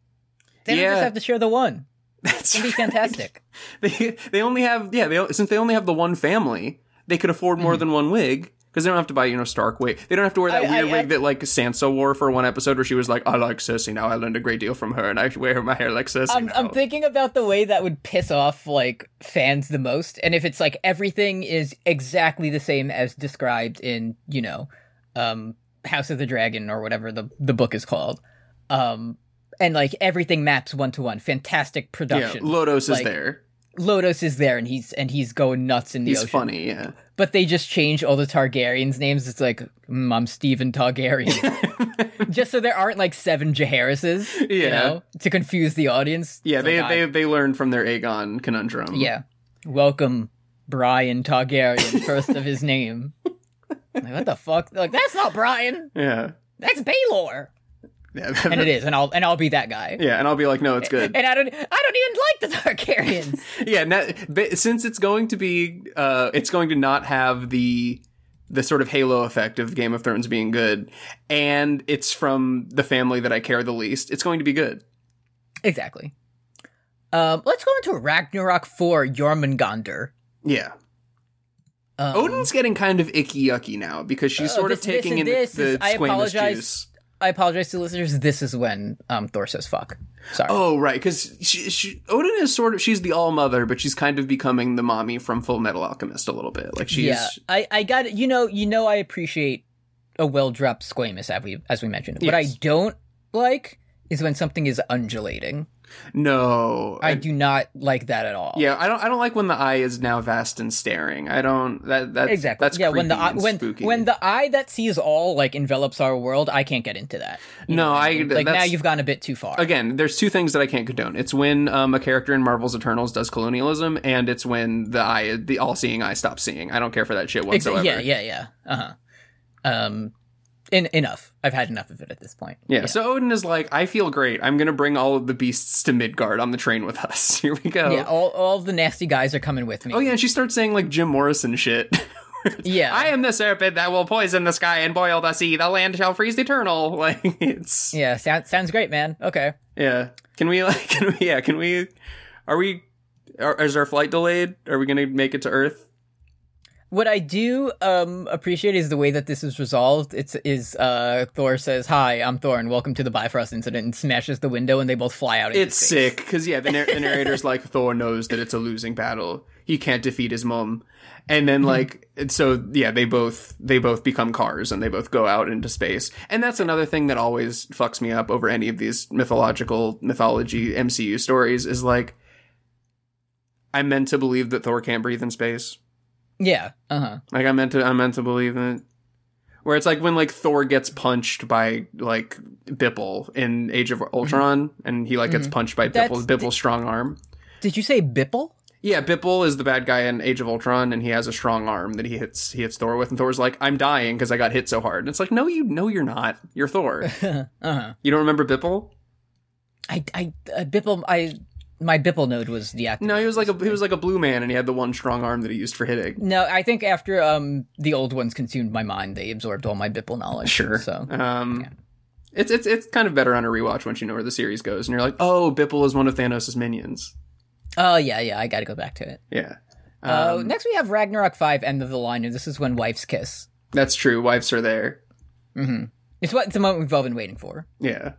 Speaker 2: They don't
Speaker 3: Yeah.
Speaker 2: just have to share the one.
Speaker 3: That's
Speaker 2: It'd be fantastic.
Speaker 3: they they only have yeah they since they only have the one family, they could afford more than one wig because they don't have to buy you know Stark wig. They don't have to wear that
Speaker 2: Mm-hmm. I-
Speaker 3: weird
Speaker 2: I-
Speaker 3: wig
Speaker 2: I-
Speaker 3: that like Sansa wore for one episode where she was like, I like Cersei now. I learned a great deal from her, and I wear my hair like oh. Cersei
Speaker 2: I'm,
Speaker 3: now.
Speaker 2: I'm thinking about Um, the way that would piss off like fans the most, and if it's like everything is exactly the same as described in you know, um, House of the Dragon or whatever the the book is called, um, and like everything maps one to one. Fantastic
Speaker 3: yeah,
Speaker 2: production.
Speaker 3: Lodos is
Speaker 2: Like,
Speaker 3: there.
Speaker 2: Lodos is there, and he's and he's going nuts in the
Speaker 3: He's
Speaker 2: ocean.
Speaker 3: funny. Yeah.
Speaker 2: But they just change all the Targaryens' names. It's like mm, I'm Steven Targaryen, just so there aren't like seven Jaehaerses,
Speaker 3: Yeah.
Speaker 2: you know, to confuse the audience.
Speaker 3: Yeah,
Speaker 2: It's
Speaker 3: they,
Speaker 2: like, I-
Speaker 3: they they learned from their Aegon conundrum.
Speaker 2: Yeah. Welcome, Brian Targaryen, first of his name. Like, what the fuck? Like, that's not Brian.
Speaker 3: yeah,
Speaker 2: That's Baylor.
Speaker 3: yeah,
Speaker 2: And it is, and I'll and I'll be that guy.
Speaker 3: yeah. And I'll be like, no, it's good.
Speaker 2: And I don't I don't even like the Targaryens.
Speaker 3: yeah, now, but since it's going to be, uh, it's going to not have the the sort of halo effect of Game of Thrones being good, and it's from the family that I care the least. It's going to be good.
Speaker 2: exactly. Um, let's go into Ragnarok 4 Jormungandr.
Speaker 3: Yeah,
Speaker 2: Um,
Speaker 3: Odin's getting kind of icky yucky now because she's
Speaker 2: Oh,
Speaker 3: sort of
Speaker 2: this- this
Speaker 3: taking
Speaker 2: and
Speaker 3: in the-
Speaker 2: this
Speaker 3: the,
Speaker 2: is- I
Speaker 3: squamous
Speaker 2: apologize.
Speaker 3: juice.
Speaker 2: I apologize to listeners. This is when um, Thor says fuck. Sorry.
Speaker 3: Oh right, because she, she, Odin is sort of she's the all mother, but she's kind of becoming the mommy from Full Metal Alchemist a little bit. Like she's
Speaker 2: yeah, I, I got it. You know, you know, I appreciate a well dropped squamous as we as we mentioned. What I
Speaker 3: Yes.
Speaker 2: don't like is when something is undulating.
Speaker 3: no.
Speaker 2: I
Speaker 3: and-
Speaker 2: do not like that at all.
Speaker 3: yeah, I don't. I don't like when the eye is now vast and staring. I don't. That that
Speaker 2: exactly.
Speaker 3: That's
Speaker 2: yeah, when the
Speaker 3: creepy
Speaker 2: eye,
Speaker 3: and
Speaker 2: when
Speaker 3: spooky.
Speaker 2: when the eye that sees all like envelops our world, I can't get into that. You
Speaker 3: No,
Speaker 2: know what
Speaker 3: I-
Speaker 2: mean? like now
Speaker 3: that's-
Speaker 2: you've gone a bit too far.
Speaker 3: again, there's two things that I can't condone. It's when um, a character in Marvel's Eternals does colonialism, and it's when the eye, the all-seeing eye, stops seeing. I don't care for that shit
Speaker 2: Exa-
Speaker 3: whatsoever.
Speaker 2: yeah, yeah, yeah. Uh huh. Um, in, enough. I've had enough of it at this point.
Speaker 3: Yeah, so Odin is like, I feel great. I'm gonna bring all of the beasts to Midgard on the train with us. Here we go.
Speaker 2: Yeah, all all the nasty guys are coming with me.
Speaker 3: Oh yeah, and she starts saying like Jim Morrison shit.
Speaker 2: yeah.
Speaker 3: I am the serpent that will poison the sky and boil the sea. The land shall freeze eternal. Like it's
Speaker 2: yeah, sound, sounds great, man. Okay.
Speaker 3: yeah. Can we like can we yeah can we are we are, is our flight delayed? Are we gonna make it to Earth?
Speaker 2: What I do um, appreciate is the way that this is resolved. It's is uh, Thor says, "Hi, I'm Thor, and welcome to the Bifrost incident," and smashes the window, and they both fly out. Into
Speaker 3: It's
Speaker 2: space.
Speaker 3: sick because yeah, the, nar- the narrator's like Thor knows that it's a losing battle. He can't defeat his mom, and then like and so yeah, they both they both become cars and they both go out into space. And that's another thing that always fucks me up over any of these mythological mythology MCU stories is like I'm meant to believe that Thor can't breathe in space.
Speaker 2: Yeah. Uh huh.
Speaker 3: Like I meant to, I meant to believe it. Where it's like when like Thor gets punched by like Bipple in Age of Ultron, and he like gets punched by
Speaker 2: Mm-hmm. That's
Speaker 3: Bipple's
Speaker 2: the-
Speaker 3: Bipple's strong arm.
Speaker 2: Did you say Bipple?
Speaker 3: Yeah, Bipple is the bad guy in Age of Ultron, and he has a strong arm that he hits he hits Thor with, and Thor's like, "I'm dying because I got hit so hard." And it's like, no, you no, you're not. You're Thor.
Speaker 2: uh huh.
Speaker 3: you don't remember Bipple?
Speaker 2: I I uh, Bipple I my Bipple node was deactivated.
Speaker 3: No, he was like a he was like a blue man, and he had the one strong arm that he used for hitting.
Speaker 2: No, I think after um the old ones consumed my mind, they absorbed all my Bipple knowledge.
Speaker 3: Sure.
Speaker 2: So
Speaker 3: Um, it's it's it's kind of better on a rewatch once you know where the series goes, and you're like, oh, Bipple is one of Thanos' minions.
Speaker 2: oh yeah yeah I got to go back to it.
Speaker 3: Yeah. Um,
Speaker 2: uh, next we have Ragnarok five end of the line, and this is when wife's kiss. Mm-hmm.
Speaker 3: That's true. Wives are there.
Speaker 2: It's what it's the moment we've all been waiting for.
Speaker 3: Yeah.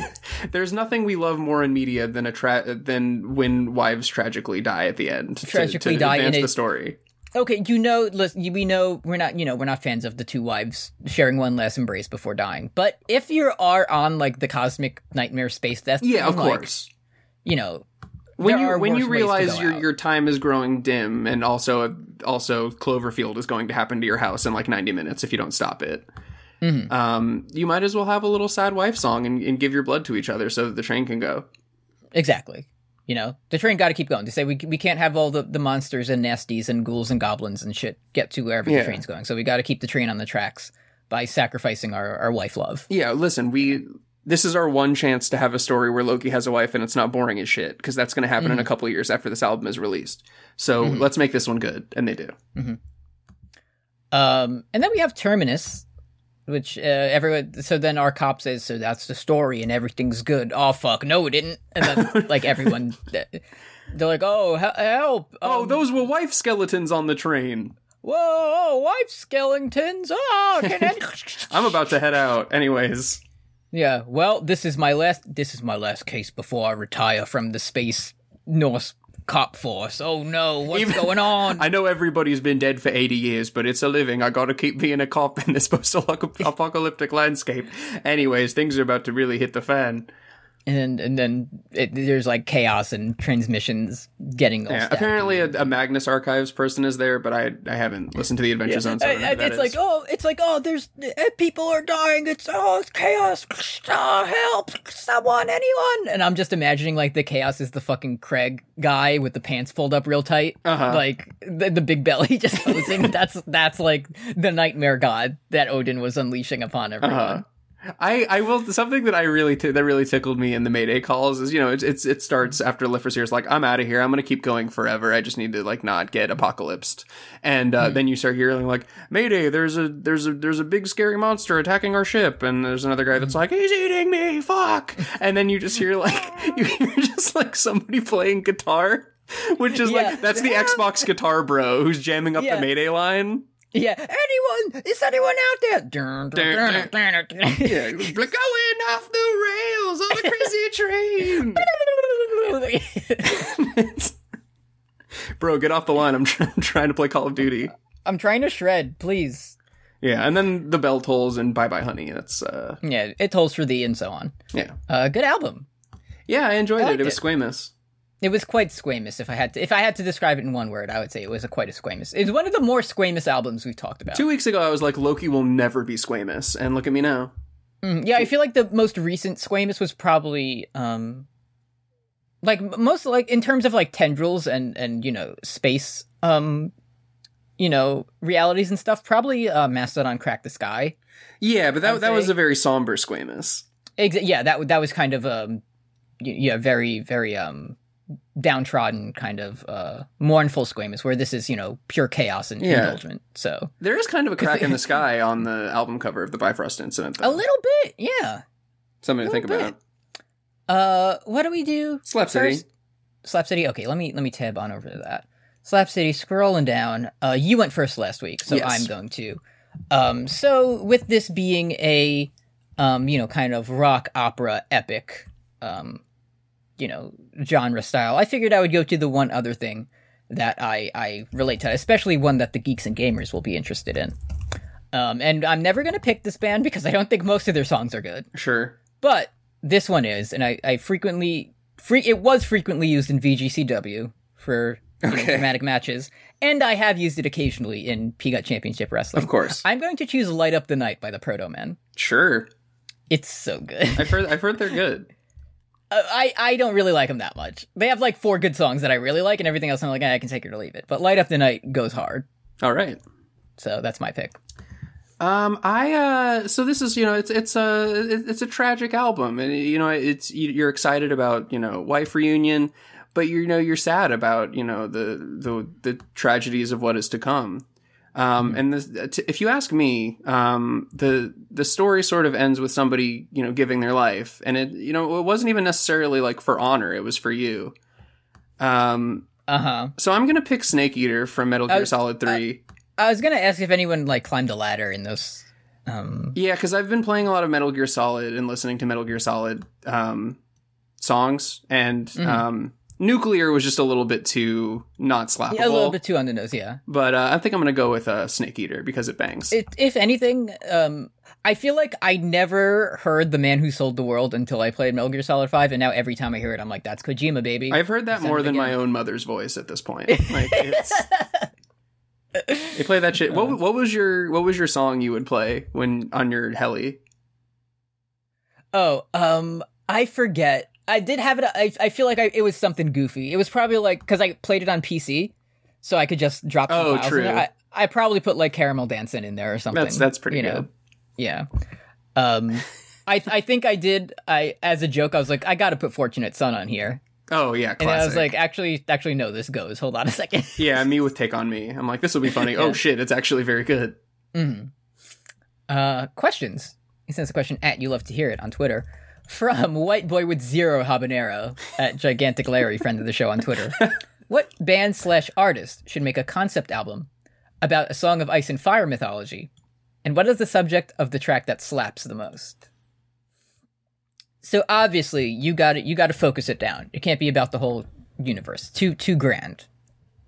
Speaker 3: There's nothing we love more in media than a tra- than when wives tragically die at the end. to-
Speaker 2: Tragically
Speaker 3: to
Speaker 2: die
Speaker 3: advance
Speaker 2: in a-
Speaker 3: the story.
Speaker 2: Okay, you know, listen, you- we know we're not, you know, we're not fans of the two wives sharing one last embrace before dying. But if you are on like the cosmic nightmare space death,
Speaker 3: Yeah, of
Speaker 2: thing, like,
Speaker 3: course.
Speaker 2: you know,
Speaker 3: When
Speaker 2: there
Speaker 3: you
Speaker 2: are
Speaker 3: when
Speaker 2: worse
Speaker 3: you
Speaker 2: ways to
Speaker 3: realize
Speaker 2: go
Speaker 3: your
Speaker 2: out.
Speaker 3: your time is growing dim, and also also Cloverfield is going to happen to your house in like 90 minutes if you don't stop it.
Speaker 2: Mm-hmm.
Speaker 3: Um, you might as well have a little sad wife song and, and give your blood to each other so that the train can go.
Speaker 2: Exactly. You know, the train got to keep going. They say we, we can't have all the, the monsters and nasties and ghouls and goblins and shit get to wherever
Speaker 3: Yeah.
Speaker 2: the train's going. So we got to keep the train on the tracks by sacrificing our, our wife love.
Speaker 3: Yeah, listen, we this is our one chance to have a story where Loki has a wife and it's not boring as shit because that's going to happen in a
Speaker 2: Mm.
Speaker 3: couple of years after this album is released. So
Speaker 2: Mm-hmm.
Speaker 3: let's make this one good, and they do.
Speaker 2: Um, and then we have Terminus, which uh, everyone. So then our cop says, "So that's the story, and everything's good." Oh fuck, no, it didn't. And then like everyone, they're like, "Oh he- help!
Speaker 3: Oh,
Speaker 2: um,
Speaker 3: those were wife skeletons on the train.
Speaker 2: whoa, oh, wife skeletons! Oh, can any-"
Speaker 3: I'm about to head out. Anyways,
Speaker 2: yeah. Well, this is my last. This is my last case before I retire from the space Norse cop force. Oh no, what's
Speaker 3: Even-
Speaker 2: going on?
Speaker 3: I know everybody's been dead for 80 years, but it's a living. I got to keep being a cop in this post-apocalyptic landscape. Anyways, things are about to really hit the fan.
Speaker 2: and and then it, there's like chaos and transmissions getting all
Speaker 3: Yeah,
Speaker 2: stacked.
Speaker 3: apparently, a, a Magnus Archives person is there, but I I haven't listened to the Adventure Zone. So I don't know
Speaker 2: I- I-
Speaker 3: who that
Speaker 2: Uh, it's like
Speaker 3: is.
Speaker 2: oh, it's like oh, there's eh, people are dying. It's oh, it's chaos. Oh, help! Someone, anyone. And I'm just imagining like the chaos is the fucking Craig guy with the pants pulled up real tight,
Speaker 3: Uh-huh.
Speaker 2: like the, the big belly just posing. that's that's like the nightmare god that Odin was unleashing upon everyone.
Speaker 3: Uh, I, I will something that I really t- that really tickled me in the Mayday calls is you know it's, it's it starts after Liferseer's like I'm out of here I'm gonna keep going forever I just need to like not get apocalypsed and
Speaker 2: Hmm.
Speaker 3: uh, then you start hearing like Mayday there's a there's a there's a big scary monster attacking our ship and there's another guy
Speaker 2: Hmm.
Speaker 3: that's like he's eating me fuck and then you just hear like you hear just like somebody playing guitar which is
Speaker 2: Yeah.
Speaker 3: like that's the Xbox guitar bro who's jamming up
Speaker 2: Yeah.
Speaker 3: the Mayday line
Speaker 2: Yeah, anyone? Is anyone out there? Dun, dun, dun, dun, dun.
Speaker 3: yeah going off the rails on the crazy train. Bro, get off the line. I'm, try- I'm trying to play Call of Duty.
Speaker 2: I'm trying to shred, please.
Speaker 3: Yeah, and then the bell tolls and Bye Bye Honey. That's uh,
Speaker 2: Yeah, it tolls for thee and so on.
Speaker 3: yeah,
Speaker 2: Uh, good album.
Speaker 3: yeah. I enjoyed
Speaker 2: I
Speaker 3: it. It was squamous.
Speaker 2: It was quite squamous. If I had to, if I had to describe it in one word, I would say it was a quite a squamous. It's one of the more squamous albums we've talked about.
Speaker 3: Two weeks ago, I was like, Loki will never be squamous, and look at me now.
Speaker 2: Mm, yeah, I feel like the most recent squamous was probably um, like m- most like in terms of like tendrils and and you know space um, you know realities and stuff. Probably uh, Mastodon cracked the sky.
Speaker 3: Yeah, but that
Speaker 2: I'd
Speaker 3: that
Speaker 2: say-
Speaker 3: was a very somber squamous.
Speaker 2: Exa- yeah, that w- that was kind of um, y- yeah, very very um downtrodden kind of uh mournful squamous where this is you know pure chaos and
Speaker 3: Yeah.
Speaker 2: indulgent so
Speaker 3: There is kind of a crack in the sky on the album cover of the Bifrost incident.
Speaker 2: a
Speaker 3: Though.
Speaker 2: little bit yeah
Speaker 3: Something to think
Speaker 2: little
Speaker 3: about.
Speaker 2: uh what do we do
Speaker 3: Slap City.
Speaker 2: First- slap city okay let me let me tab on over to that slap city scrolling down uh you went first last week so
Speaker 3: Yes.
Speaker 2: i'm going to um so with this being a um you know kind of rock opera epic um you know genre style i figured i would go to the one other thing that i i relate to especially one that the geeks and gamers will be interested in um and i'm never going to pick this band because i don't think most of their songs are good
Speaker 3: Sure.
Speaker 2: but this one is, and I, I frequently, free, it was frequently used in VGCW for you know,
Speaker 3: Okay.
Speaker 2: dramatic matches, and I have used it occasionally in Peanut Championship Wrestling.
Speaker 3: Of course.
Speaker 2: I'm going to choose "Light Up the Night" by the Proto Men.
Speaker 3: Sure.
Speaker 2: It's so good.
Speaker 3: I've heard. I've heard they're good.
Speaker 2: Uh, I, I don't really like them that much. They have like four good songs that I really like, and everything else I'm like, "Eh, I can take it or leave it. But "Light Up the Night" goes hard,
Speaker 3: All right.
Speaker 2: so that's my pick.
Speaker 3: Um, I uh, so this is you know it's it's a it- it's a tragic album, and you know it's you- you're excited about you know wife reunion, but you know you're sad about you know the the the tragedies of what is to come. Um, and this, t- if you ask me, um, the the story sort of ends with somebody you know giving their life, and it you know it wasn't even necessarily like for honor; it was for you. Um,
Speaker 2: Uh huh.
Speaker 3: so I'm gonna pick Snake Eater from Metal Gear
Speaker 2: was-
Speaker 3: Solid Three.
Speaker 2: I was gonna ask if anyone like climbed a ladder in those. Um,
Speaker 3: Yeah, because I've been playing a lot of Metal Gear Solid and listening to Metal Gear Solid um, songs, and
Speaker 2: Mm-hmm.
Speaker 3: um, Nuclear was just a little bit too not slappable.
Speaker 2: a little bit too on the nose, yeah.
Speaker 3: but uh, I think I'm gonna go with uh, Snake Eater because it bangs.
Speaker 2: it, if anything, um, I feel like I never heard "The Man Who Sold the World" until I played Metal Gear Solid Five, and now every time I hear it, I'm like, "That's Kojima, baby."
Speaker 3: I've heard that
Speaker 2: Sound
Speaker 3: more than
Speaker 2: again.
Speaker 3: my own mother's voice at this point. Like, it's, they play that shit.
Speaker 2: Uh,
Speaker 3: What, what was your What was your song you would play when on your heli?
Speaker 2: oh, um, I forget. I did have it. I, I feel like I, it was something goofy. It was probably like because I played it on PC, so I could just drop. Some
Speaker 3: Oh,
Speaker 2: files in
Speaker 3: true.
Speaker 2: there. I, I probably put like caramel dancing in there or something.
Speaker 3: That's that's pretty
Speaker 2: you
Speaker 3: good.
Speaker 2: know. Yeah. Um, I I think I did. I as a joke, I was like, I got to put Fortunate Son on here,
Speaker 3: Oh yeah,
Speaker 2: and
Speaker 3: classic.
Speaker 2: I was like, actually, actually, no, this goes. Hold on a second.
Speaker 3: yeah, me with Take on Me. I'm like, this will be funny.
Speaker 2: Yeah.
Speaker 3: Oh shit, it's actually very good.
Speaker 2: Mhm. Uh, questions. He sends a question at you love to hear it on Twitter from White Boy with Zero Habanero at Gigantic Larry, friend of the show on Twitter. What band slash artist should make a concept album about a song of ice and fire mythology? And what is the subject of the track that slaps the most? So obviously you got to You got to focus it down. It can't be about the whole universe. Too too grand,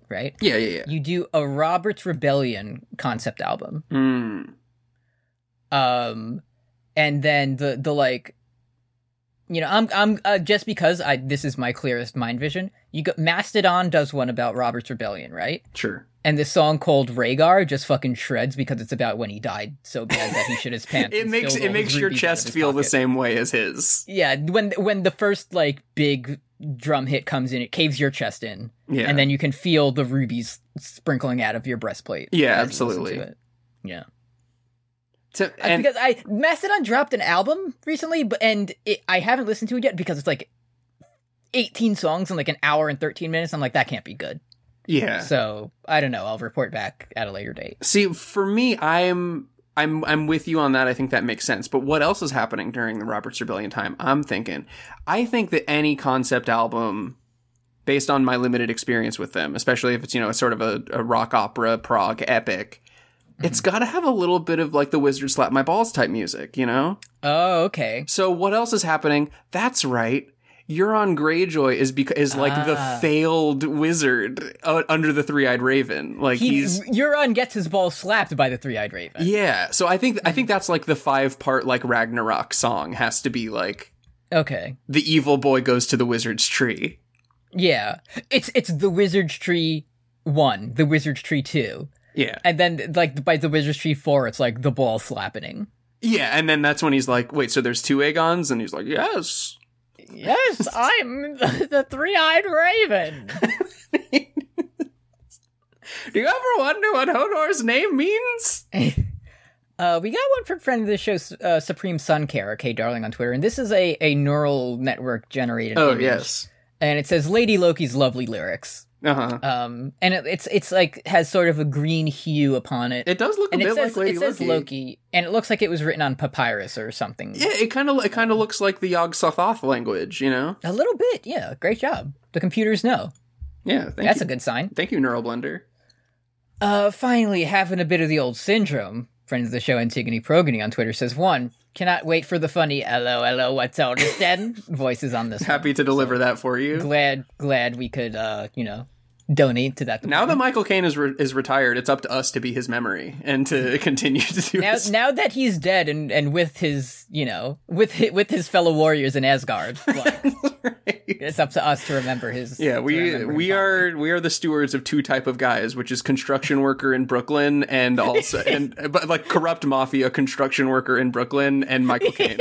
Speaker 2: right?
Speaker 3: Yeah, yeah, yeah.
Speaker 2: You do a Robert's Rebellion concept album
Speaker 3: Mm.
Speaker 2: um and then the the like you know i'm i'm uh, just because i this is my clearest mind vision you go mastodon does one about robert's rebellion right
Speaker 3: Sure.
Speaker 2: and this song called Rhaegar just fucking shreds because it's about when he died so bad that he shit his pants.
Speaker 3: It
Speaker 2: and
Speaker 3: makes
Speaker 2: spilled
Speaker 3: it
Speaker 2: all his
Speaker 3: makes
Speaker 2: root
Speaker 3: your
Speaker 2: beef out of
Speaker 3: chest
Speaker 2: his
Speaker 3: feel the
Speaker 2: pocket.
Speaker 3: same way as his.
Speaker 2: Yeah, when when the first like big drum hit comes in, it caves your chest in,
Speaker 3: Yeah.
Speaker 2: and then you can feel the rubies sprinkling out of your breastplate.
Speaker 3: Yeah,
Speaker 2: as you listen
Speaker 3: absolutely.
Speaker 2: to it. Yeah.
Speaker 3: To-
Speaker 2: I-
Speaker 3: and
Speaker 2: because I Mastodon dropped an album recently, but and it, I haven't listened to it yet because it's like eighteen songs in like an hour and thirteen minutes. I'm like, that can't be good.
Speaker 3: yeah.
Speaker 2: So I don't know. I'll report back at a later date.
Speaker 3: See, for me, I'm I'm I'm with you on that. I think that makes sense. But what else is happening during the Roberts Rebellion time? I'm thinking. I think that any concept album based on my limited experience with them, especially if it's, you know, a sort of a, a rock opera prog epic, it's
Speaker 2: Mm-hmm.
Speaker 3: gotta have a little bit of like the wizard slap my balls type music, you know?
Speaker 2: Oh, okay.
Speaker 3: So what else is happening? That's right. Euron Greyjoy is bec- is like the
Speaker 2: Ah.
Speaker 3: failed wizard uh, under the three-eyed raven. Like
Speaker 2: He,
Speaker 3: he's
Speaker 2: Euron gets his ball slapped by the three-eyed raven.
Speaker 3: yeah, so I think
Speaker 2: Hmm.
Speaker 3: I think that's like the five part like Ragnarok song has to be like
Speaker 2: Okay.
Speaker 3: the evil boy goes to the wizard's tree.
Speaker 2: Yeah. It's it's the wizard's tree one, the wizard's tree two,
Speaker 3: Yeah.
Speaker 2: and then like by the wizard's tree four, it's like the ball slapping.
Speaker 3: Yeah, and then that's when he's like, "Wait, so there's two Aegons?" And he's like, "Yes."
Speaker 2: Yes, I'm the three-eyed raven.
Speaker 3: Do you ever wonder what Honor's name means?
Speaker 2: Uh, we got one from friend of the show, uh, Supreme Sun Care, okay, darling, on Twitter, and this is a, a neural network generated.
Speaker 3: Oh,
Speaker 2: image.
Speaker 3: yes.
Speaker 2: and it says Lady Loki's lovely lyrics.
Speaker 3: Uh-huh.
Speaker 2: Um, and it, it's it's like has sort of a green hue upon it,
Speaker 3: It does look a
Speaker 2: and
Speaker 3: bit
Speaker 2: it says
Speaker 3: like Lady
Speaker 2: it says Loki. and it looks like it was written on papyrus or something.
Speaker 3: Yeah, it kind of it
Speaker 2: Um,
Speaker 3: kind of looks like the Yog Sothoth language, you know?
Speaker 2: a little bit. Yeah, great job. The computers know
Speaker 3: Yeah, thank
Speaker 2: that's
Speaker 3: you.
Speaker 2: a good sign.
Speaker 3: thank you Neural Blender.
Speaker 2: Uh, finally, having a bit of the old syndrome. Friend of the show, Antigone Progony on Twitter says one cannot wait for the funny "Hello, hello, what's all this then?" voices on this. one.
Speaker 3: Happy to deliver that for you.
Speaker 2: glad glad we could uh you know donate to that
Speaker 3: Now that Michael Caine is re- is retired, it's up to us to be his memory and to continue to do
Speaker 2: now,
Speaker 3: his
Speaker 2: now that he's dead and and with his you know with hi with his fellow warriors in asgard like,
Speaker 3: Right.
Speaker 2: it's up to us to remember his
Speaker 3: Yeah,
Speaker 2: to
Speaker 3: we
Speaker 2: remember him
Speaker 3: we
Speaker 2: fondly.
Speaker 3: are we are the stewards of two type of guys, which is construction worker in Brooklyn and also and but like corrupt mafia construction worker in Brooklyn and Michael Caine.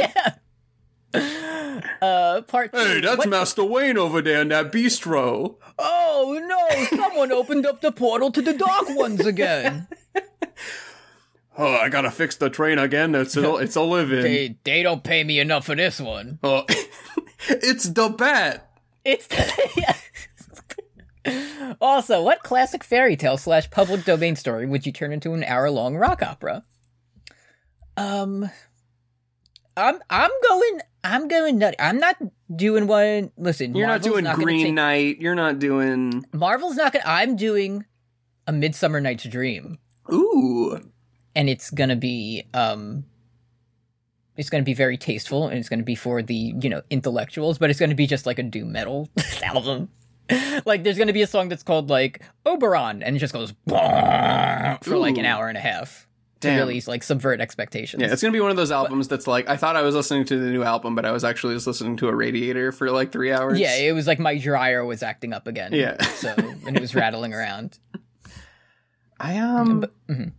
Speaker 2: uh part two.
Speaker 3: Hey, that's
Speaker 2: What-
Speaker 3: Master Wayne over there in that bistro.
Speaker 2: oh no someone opened up the portal to the dark ones again
Speaker 3: Oh, I gotta fix the train again. It's a, it's a living.
Speaker 2: they they don't pay me enough for this one
Speaker 3: Oh, it's the bat.
Speaker 2: It's also what classic fairy tale slash public domain story would you turn into an hour long rock opera? Um, I'm I'm going I'm going nutty. I'm not doing one. Listen,
Speaker 3: You're
Speaker 2: Marvel's
Speaker 3: not doing
Speaker 2: gonna
Speaker 3: Green
Speaker 2: take-
Speaker 3: Knight. You're not doing
Speaker 2: Marvel's not gonna. I'm doing a Midsummer Night's Dream,
Speaker 3: ooh.
Speaker 2: and it's gonna be um. It's going to be very tasteful, and it's going to be for the you know intellectuals, but it's going to be just like a doom metal album. like there's gonna be a song that's called like Oberon, and it just goes "Bwah" for like an
Speaker 3: Ooh.
Speaker 2: hour and a half
Speaker 3: Damn.
Speaker 2: to really like subvert expectations.
Speaker 3: Yeah, it's gonna be one of those albums that's like I thought I was listening to the new album, but I was actually just listening to a radiator for like three hours.
Speaker 2: Yeah, it was like my dryer was acting up again.
Speaker 3: Yeah.
Speaker 2: so and it was rattling around.
Speaker 3: I um,
Speaker 2: mhm.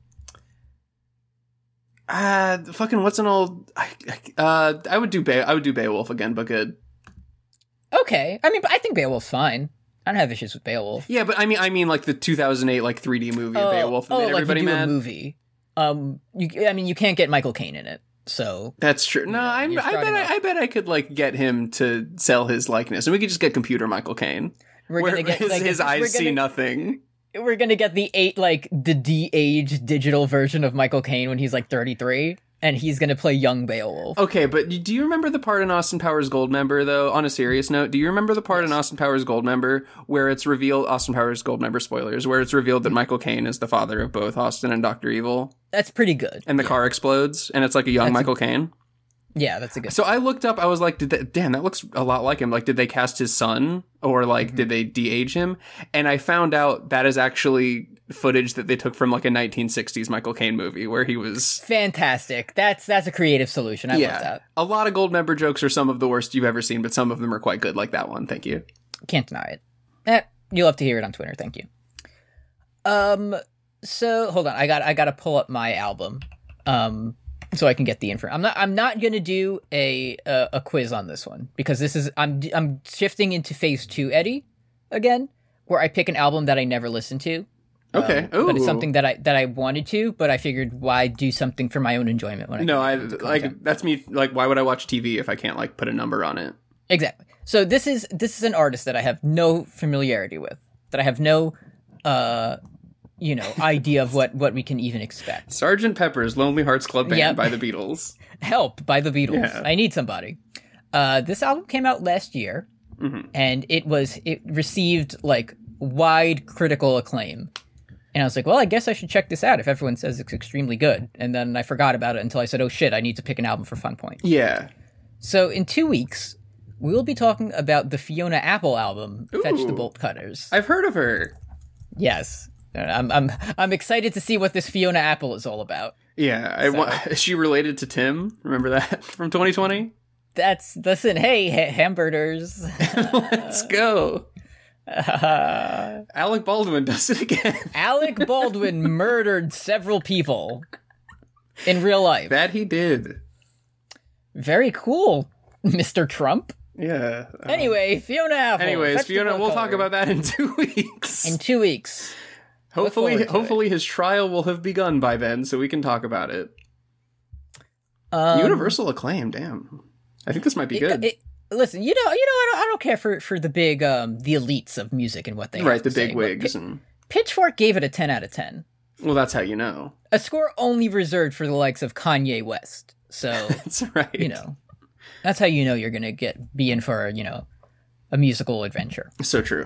Speaker 3: uh, fucking what's an old? I, I- uh, I would do Bay. I would do Beowulf again, but good.
Speaker 2: okay. I mean, but I think Beowulf's fine. I don't have issues with Beowulf.
Speaker 3: Yeah, but I mean, I mean, like the 2008 like 3D movie of Beowulf that
Speaker 2: oh,
Speaker 3: made
Speaker 2: like
Speaker 3: everybody
Speaker 2: you do
Speaker 3: mad.
Speaker 2: a movie. Um, you, I mean, you can't get Michael Caine in it, so
Speaker 3: That's true. No,
Speaker 2: Yeah,
Speaker 3: I'm,
Speaker 2: you're
Speaker 3: I bet
Speaker 2: starting
Speaker 3: I,
Speaker 2: off-
Speaker 3: I bet I could like get him to sell his likeness, and we could just get computer Michael Caine,
Speaker 2: we're
Speaker 3: where
Speaker 2: gonna get
Speaker 3: his,
Speaker 2: like,
Speaker 3: his
Speaker 2: we're
Speaker 3: eyes
Speaker 2: gonna,
Speaker 3: see nothing.
Speaker 2: We're gonna get the eight like the de-aged digital version of Michael Caine when he's like 33, and he's gonna play young Beowulf.
Speaker 3: Okay, but y- do you remember the part in Austin Powers Goldmember though? On a serious note, do you remember the part in Austin Powers Goldmember where it's revealed Austin Powers Goldmember spoilers, where it's revealed that Michael Caine is the father of both Austin and Doctor Evil,
Speaker 2: That's pretty good.
Speaker 3: and the car explodes, and it's like a young Michael Caine?
Speaker 2: Yeah, that's a good.
Speaker 3: So I looked up. I was like, "Did that? Damn, that looks a lot like him. Like, did they cast his son, or like,
Speaker 2: Mm-hmm.
Speaker 3: did they de-age him?" And I found out that is actually footage that they took from like a 1960s Michael Caine movie where he was.
Speaker 2: Fantastic. That's that's a creative solution. I love
Speaker 3: yeah,
Speaker 2: that.
Speaker 3: a lot of gold member jokes are some of the worst you've ever seen, but some of them are quite good, like that one. Thank you.
Speaker 2: Can't deny it. Eh, you'll have to hear it on Twitter. Thank you. Um. So hold on. I got I got to pull up my album. Um. So I can get the info. I'm not. I'm not gonna do a a, a quiz on this one because this is. I'm I'm shifting into phase two, Eddie, again, where I pick an album that I never listened to. um,
Speaker 3: Okay.
Speaker 2: but it's
Speaker 3: Ooh.
Speaker 2: something that I that I wanted to, but I figured why do something for my own enjoyment when I
Speaker 3: No,
Speaker 2: can
Speaker 3: I
Speaker 2: listen to content?
Speaker 3: like that's me. Like, why would I watch TV if I can't like put a number on it?
Speaker 2: Exactly. So this is this is an artist that I have no familiarity with, that I have no, uh, you know, idea of what what we can even expect.
Speaker 3: Sergeant Pepper's Lonely Hearts Club Band
Speaker 2: Yep.
Speaker 3: by the Beatles.
Speaker 2: Help by the Beatles.
Speaker 3: Yeah.
Speaker 2: I need somebody. Uh, this album came out last year, and it was it received like wide critical acclaim. And I was like, well, I guess I should check this out if everyone says it's extremely good. And then I forgot about it until I said, oh shit, I need to pick an album for Fun Point.
Speaker 3: Yeah.
Speaker 2: So in two weeks, we will be talking about the Fiona Apple album, Fetch the
Speaker 3: Ooh.
Speaker 2: Bolt Cutters.
Speaker 3: I've heard of her.
Speaker 2: Yes. I'm I'm I'm excited to see what this Fiona Apple is all about.
Speaker 3: Yeah, I wa- is she related to Tim? Remember that from 2020?
Speaker 2: That's listen, hey ha- hamburgers.
Speaker 3: Let's go. Alec Baldwin does it again.
Speaker 2: Alec Baldwin murdered several people in real life.
Speaker 3: that he did.
Speaker 2: Very cool, Mr. Trump.
Speaker 3: Yeah. Uh,
Speaker 2: Anyway, Fiona Apple.
Speaker 3: anyways,
Speaker 2: Fetch the
Speaker 3: Fiona,
Speaker 2: Gold
Speaker 3: we'll
Speaker 2: Color.
Speaker 3: talk about that in two weeks.
Speaker 2: in two weeks.
Speaker 3: hopefully,
Speaker 2: forward to
Speaker 3: hopefully his trial will have begun by then, so we can talk about it.
Speaker 2: Um,
Speaker 3: Universal acclaim. Damn, I think this might be good.
Speaker 2: it- listen, you know, you know, I don't, I don't care for for the big um the elites of music and what they
Speaker 3: right,
Speaker 2: have
Speaker 3: the
Speaker 2: to say,
Speaker 3: big
Speaker 2: but
Speaker 3: wigs.
Speaker 2: Pi-
Speaker 3: And,
Speaker 2: Pitchfork gave it a ten out of ten.
Speaker 3: well, that's how you know.
Speaker 2: a score only reserved for the likes of Kanye West. So,
Speaker 3: That's right.
Speaker 2: you know, that's how you know you're going to get be in for, you know, a musical adventure.
Speaker 3: so true.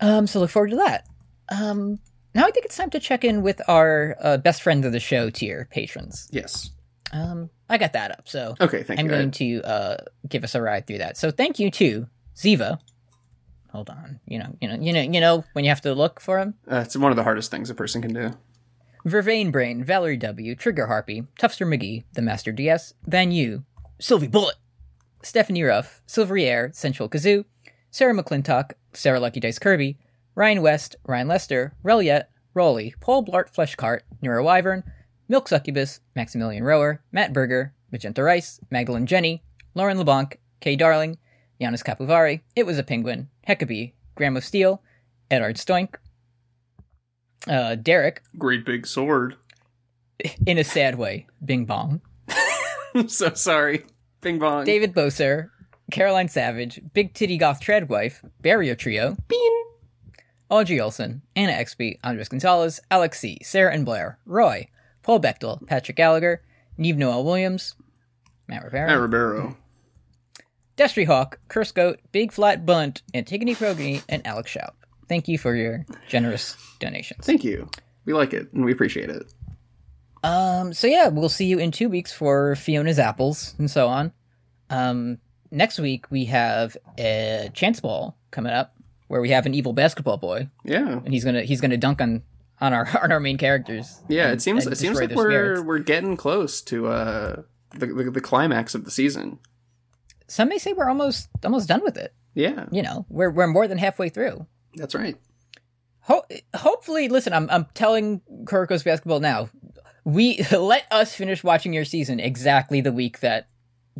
Speaker 2: Um so look forward to that. Um now I think it's time to check in with our uh, best friend of the show tier patrons.
Speaker 3: Yes.
Speaker 2: Um I got that up. So,
Speaker 3: Okay. Thank
Speaker 2: I'm
Speaker 3: you.
Speaker 2: going to uh give us a ride through that. So, thank you to Ziva. Hold on. You know, you know, you know, you know when you have to look for him.
Speaker 3: Uh, it's one of the hardest things a person can do.
Speaker 2: Vervain Brain, Valerie W., Trigger Harpy, Tufster McGee, The Master DS, Van You, Sylvie Bullet, Stephanie Ruff, Silveriere, Sensual Kazoo, Sarah McClintock, Sarah Lucky Dice Kirby, Ryan West, Ryan Lester, Reliet, Rolly, Paul Blart Fleshcart, Neuro Wyvern, Milk Succubus, Maximilian Rower, Matt Berger, Magenta Rice, Magdalene Jenny, Lauren LeBlanc, Kay Darling, Giannis Capuvari, It Was a Penguin, Heckabee, Graham of Steel, Edard Stoink, uh, Derek,
Speaker 3: Great big sword.
Speaker 2: in a sad way, Bing Bong,
Speaker 3: I'm so sorry. Bing bong.
Speaker 2: David Boser, Caroline Savage, Big Titty Goth Treadwife, Barrio Trio, Bean, Audrey Olson, Anna XB, Andres Gonzalez, Alex C, Sarah and Blair, Roy, Paul Bechtel, Patrick Gallagher, Neve Noel Williams, Matt Rivera,
Speaker 3: Matt Ribeiro.
Speaker 2: Destry Hawk, Curse Goat, Big Flat Bunt, Antigone Progeny, and Alex Schaup. Thank you for your generous donations.
Speaker 3: Thank you. We like it and we appreciate it.
Speaker 2: Um, so yeah, we'll see you in two weeks for Fiona's apples and so on. Um, next week we have a chance ball coming up where we have an evil basketball boy
Speaker 3: Yeah.
Speaker 2: and he's gonna he's gonna dunk on on our on our main characters.
Speaker 3: Yeah, it seems
Speaker 2: and
Speaker 3: it seems
Speaker 2: destroy
Speaker 3: like
Speaker 2: their
Speaker 3: we're
Speaker 2: spirits.
Speaker 3: we're getting close to uh the, the the climax of the season.
Speaker 2: Some may say we're almost almost done with it.
Speaker 3: Yeah,
Speaker 2: You know, we're we're more than halfway through.
Speaker 3: that's right.
Speaker 2: Ho- hopefully, listen, I'm I'm telling Kuroko's basketball now. We let us finish watching your season exactly the week that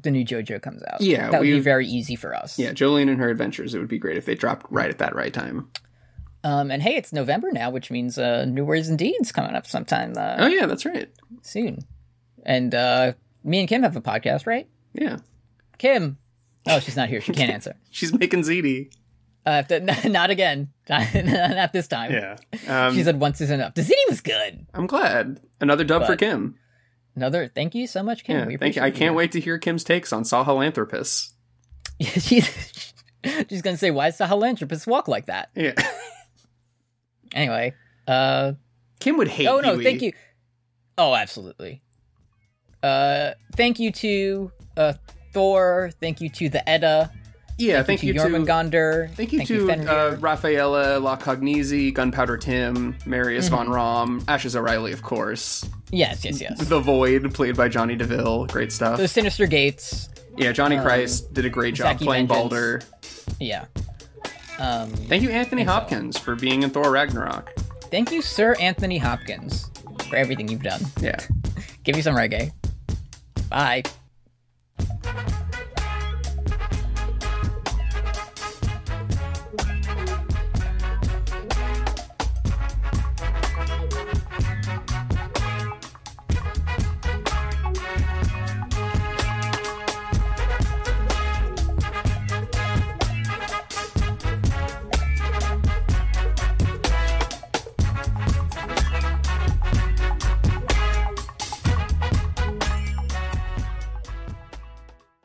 Speaker 2: the new JoJo comes out.
Speaker 3: Yeah,
Speaker 2: that would be
Speaker 3: we've-
Speaker 2: very easy for us.
Speaker 3: Yeah, Jolene and her adventures. It would be great if they dropped right at that right time.
Speaker 2: Um, and hey, it's November now, which means uh, New Words and Deeds coming up sometime uh,
Speaker 3: Oh yeah, that's right.
Speaker 2: soon. And uh, me and Kim have a podcast, right?
Speaker 3: Yeah,
Speaker 2: Kim. Oh, she's not here. She can't answer.
Speaker 3: she's making ZD.
Speaker 2: Uh, if the- not again. Not, not this time.
Speaker 3: Yeah, um,
Speaker 2: She said once is enough. The city was good.
Speaker 3: I'm glad another dub for
Speaker 2: But-
Speaker 3: Kim.
Speaker 2: Another thank you so much, Kim.
Speaker 3: Yeah,
Speaker 2: we
Speaker 3: thank you.
Speaker 2: appreciate
Speaker 3: I can't wait to hear Kim's takes on Sahelanthropus.
Speaker 2: she's she's gonna say, "Why does the Holantropus walk like that?"
Speaker 3: Yeah,
Speaker 2: Anyway. Uh,
Speaker 3: Kim would hate.
Speaker 2: oh no,
Speaker 3: Yui.
Speaker 2: thank you. Oh, absolutely. Uh, thank you to uh, Thor. Thank you to the Edda.
Speaker 3: Yeah, thank,
Speaker 2: to
Speaker 3: you to
Speaker 2: Jormungandr.
Speaker 3: Thank you to
Speaker 2: Fenrir.
Speaker 3: uh, Rafaela La Cognizzi, Gunpowder Tim, Marius von Rom, Ashes O'Reilly, of course.
Speaker 2: yes, yes, yes.
Speaker 3: The Void, played by Johnny DeVille. Great stuff.
Speaker 2: Those sinister gates.
Speaker 3: yeah, Johnny Christ did a great job
Speaker 2: Zaki
Speaker 3: playing
Speaker 2: Vengeance.
Speaker 3: Balder.
Speaker 2: Yeah. Um,
Speaker 3: Thank you, Anthony Hopkins, for being in Thor Ragnarok.
Speaker 2: thank you, Sir Anthony Hopkins, for everything you've done.
Speaker 3: Yeah.
Speaker 2: Give you some reggae. Bye.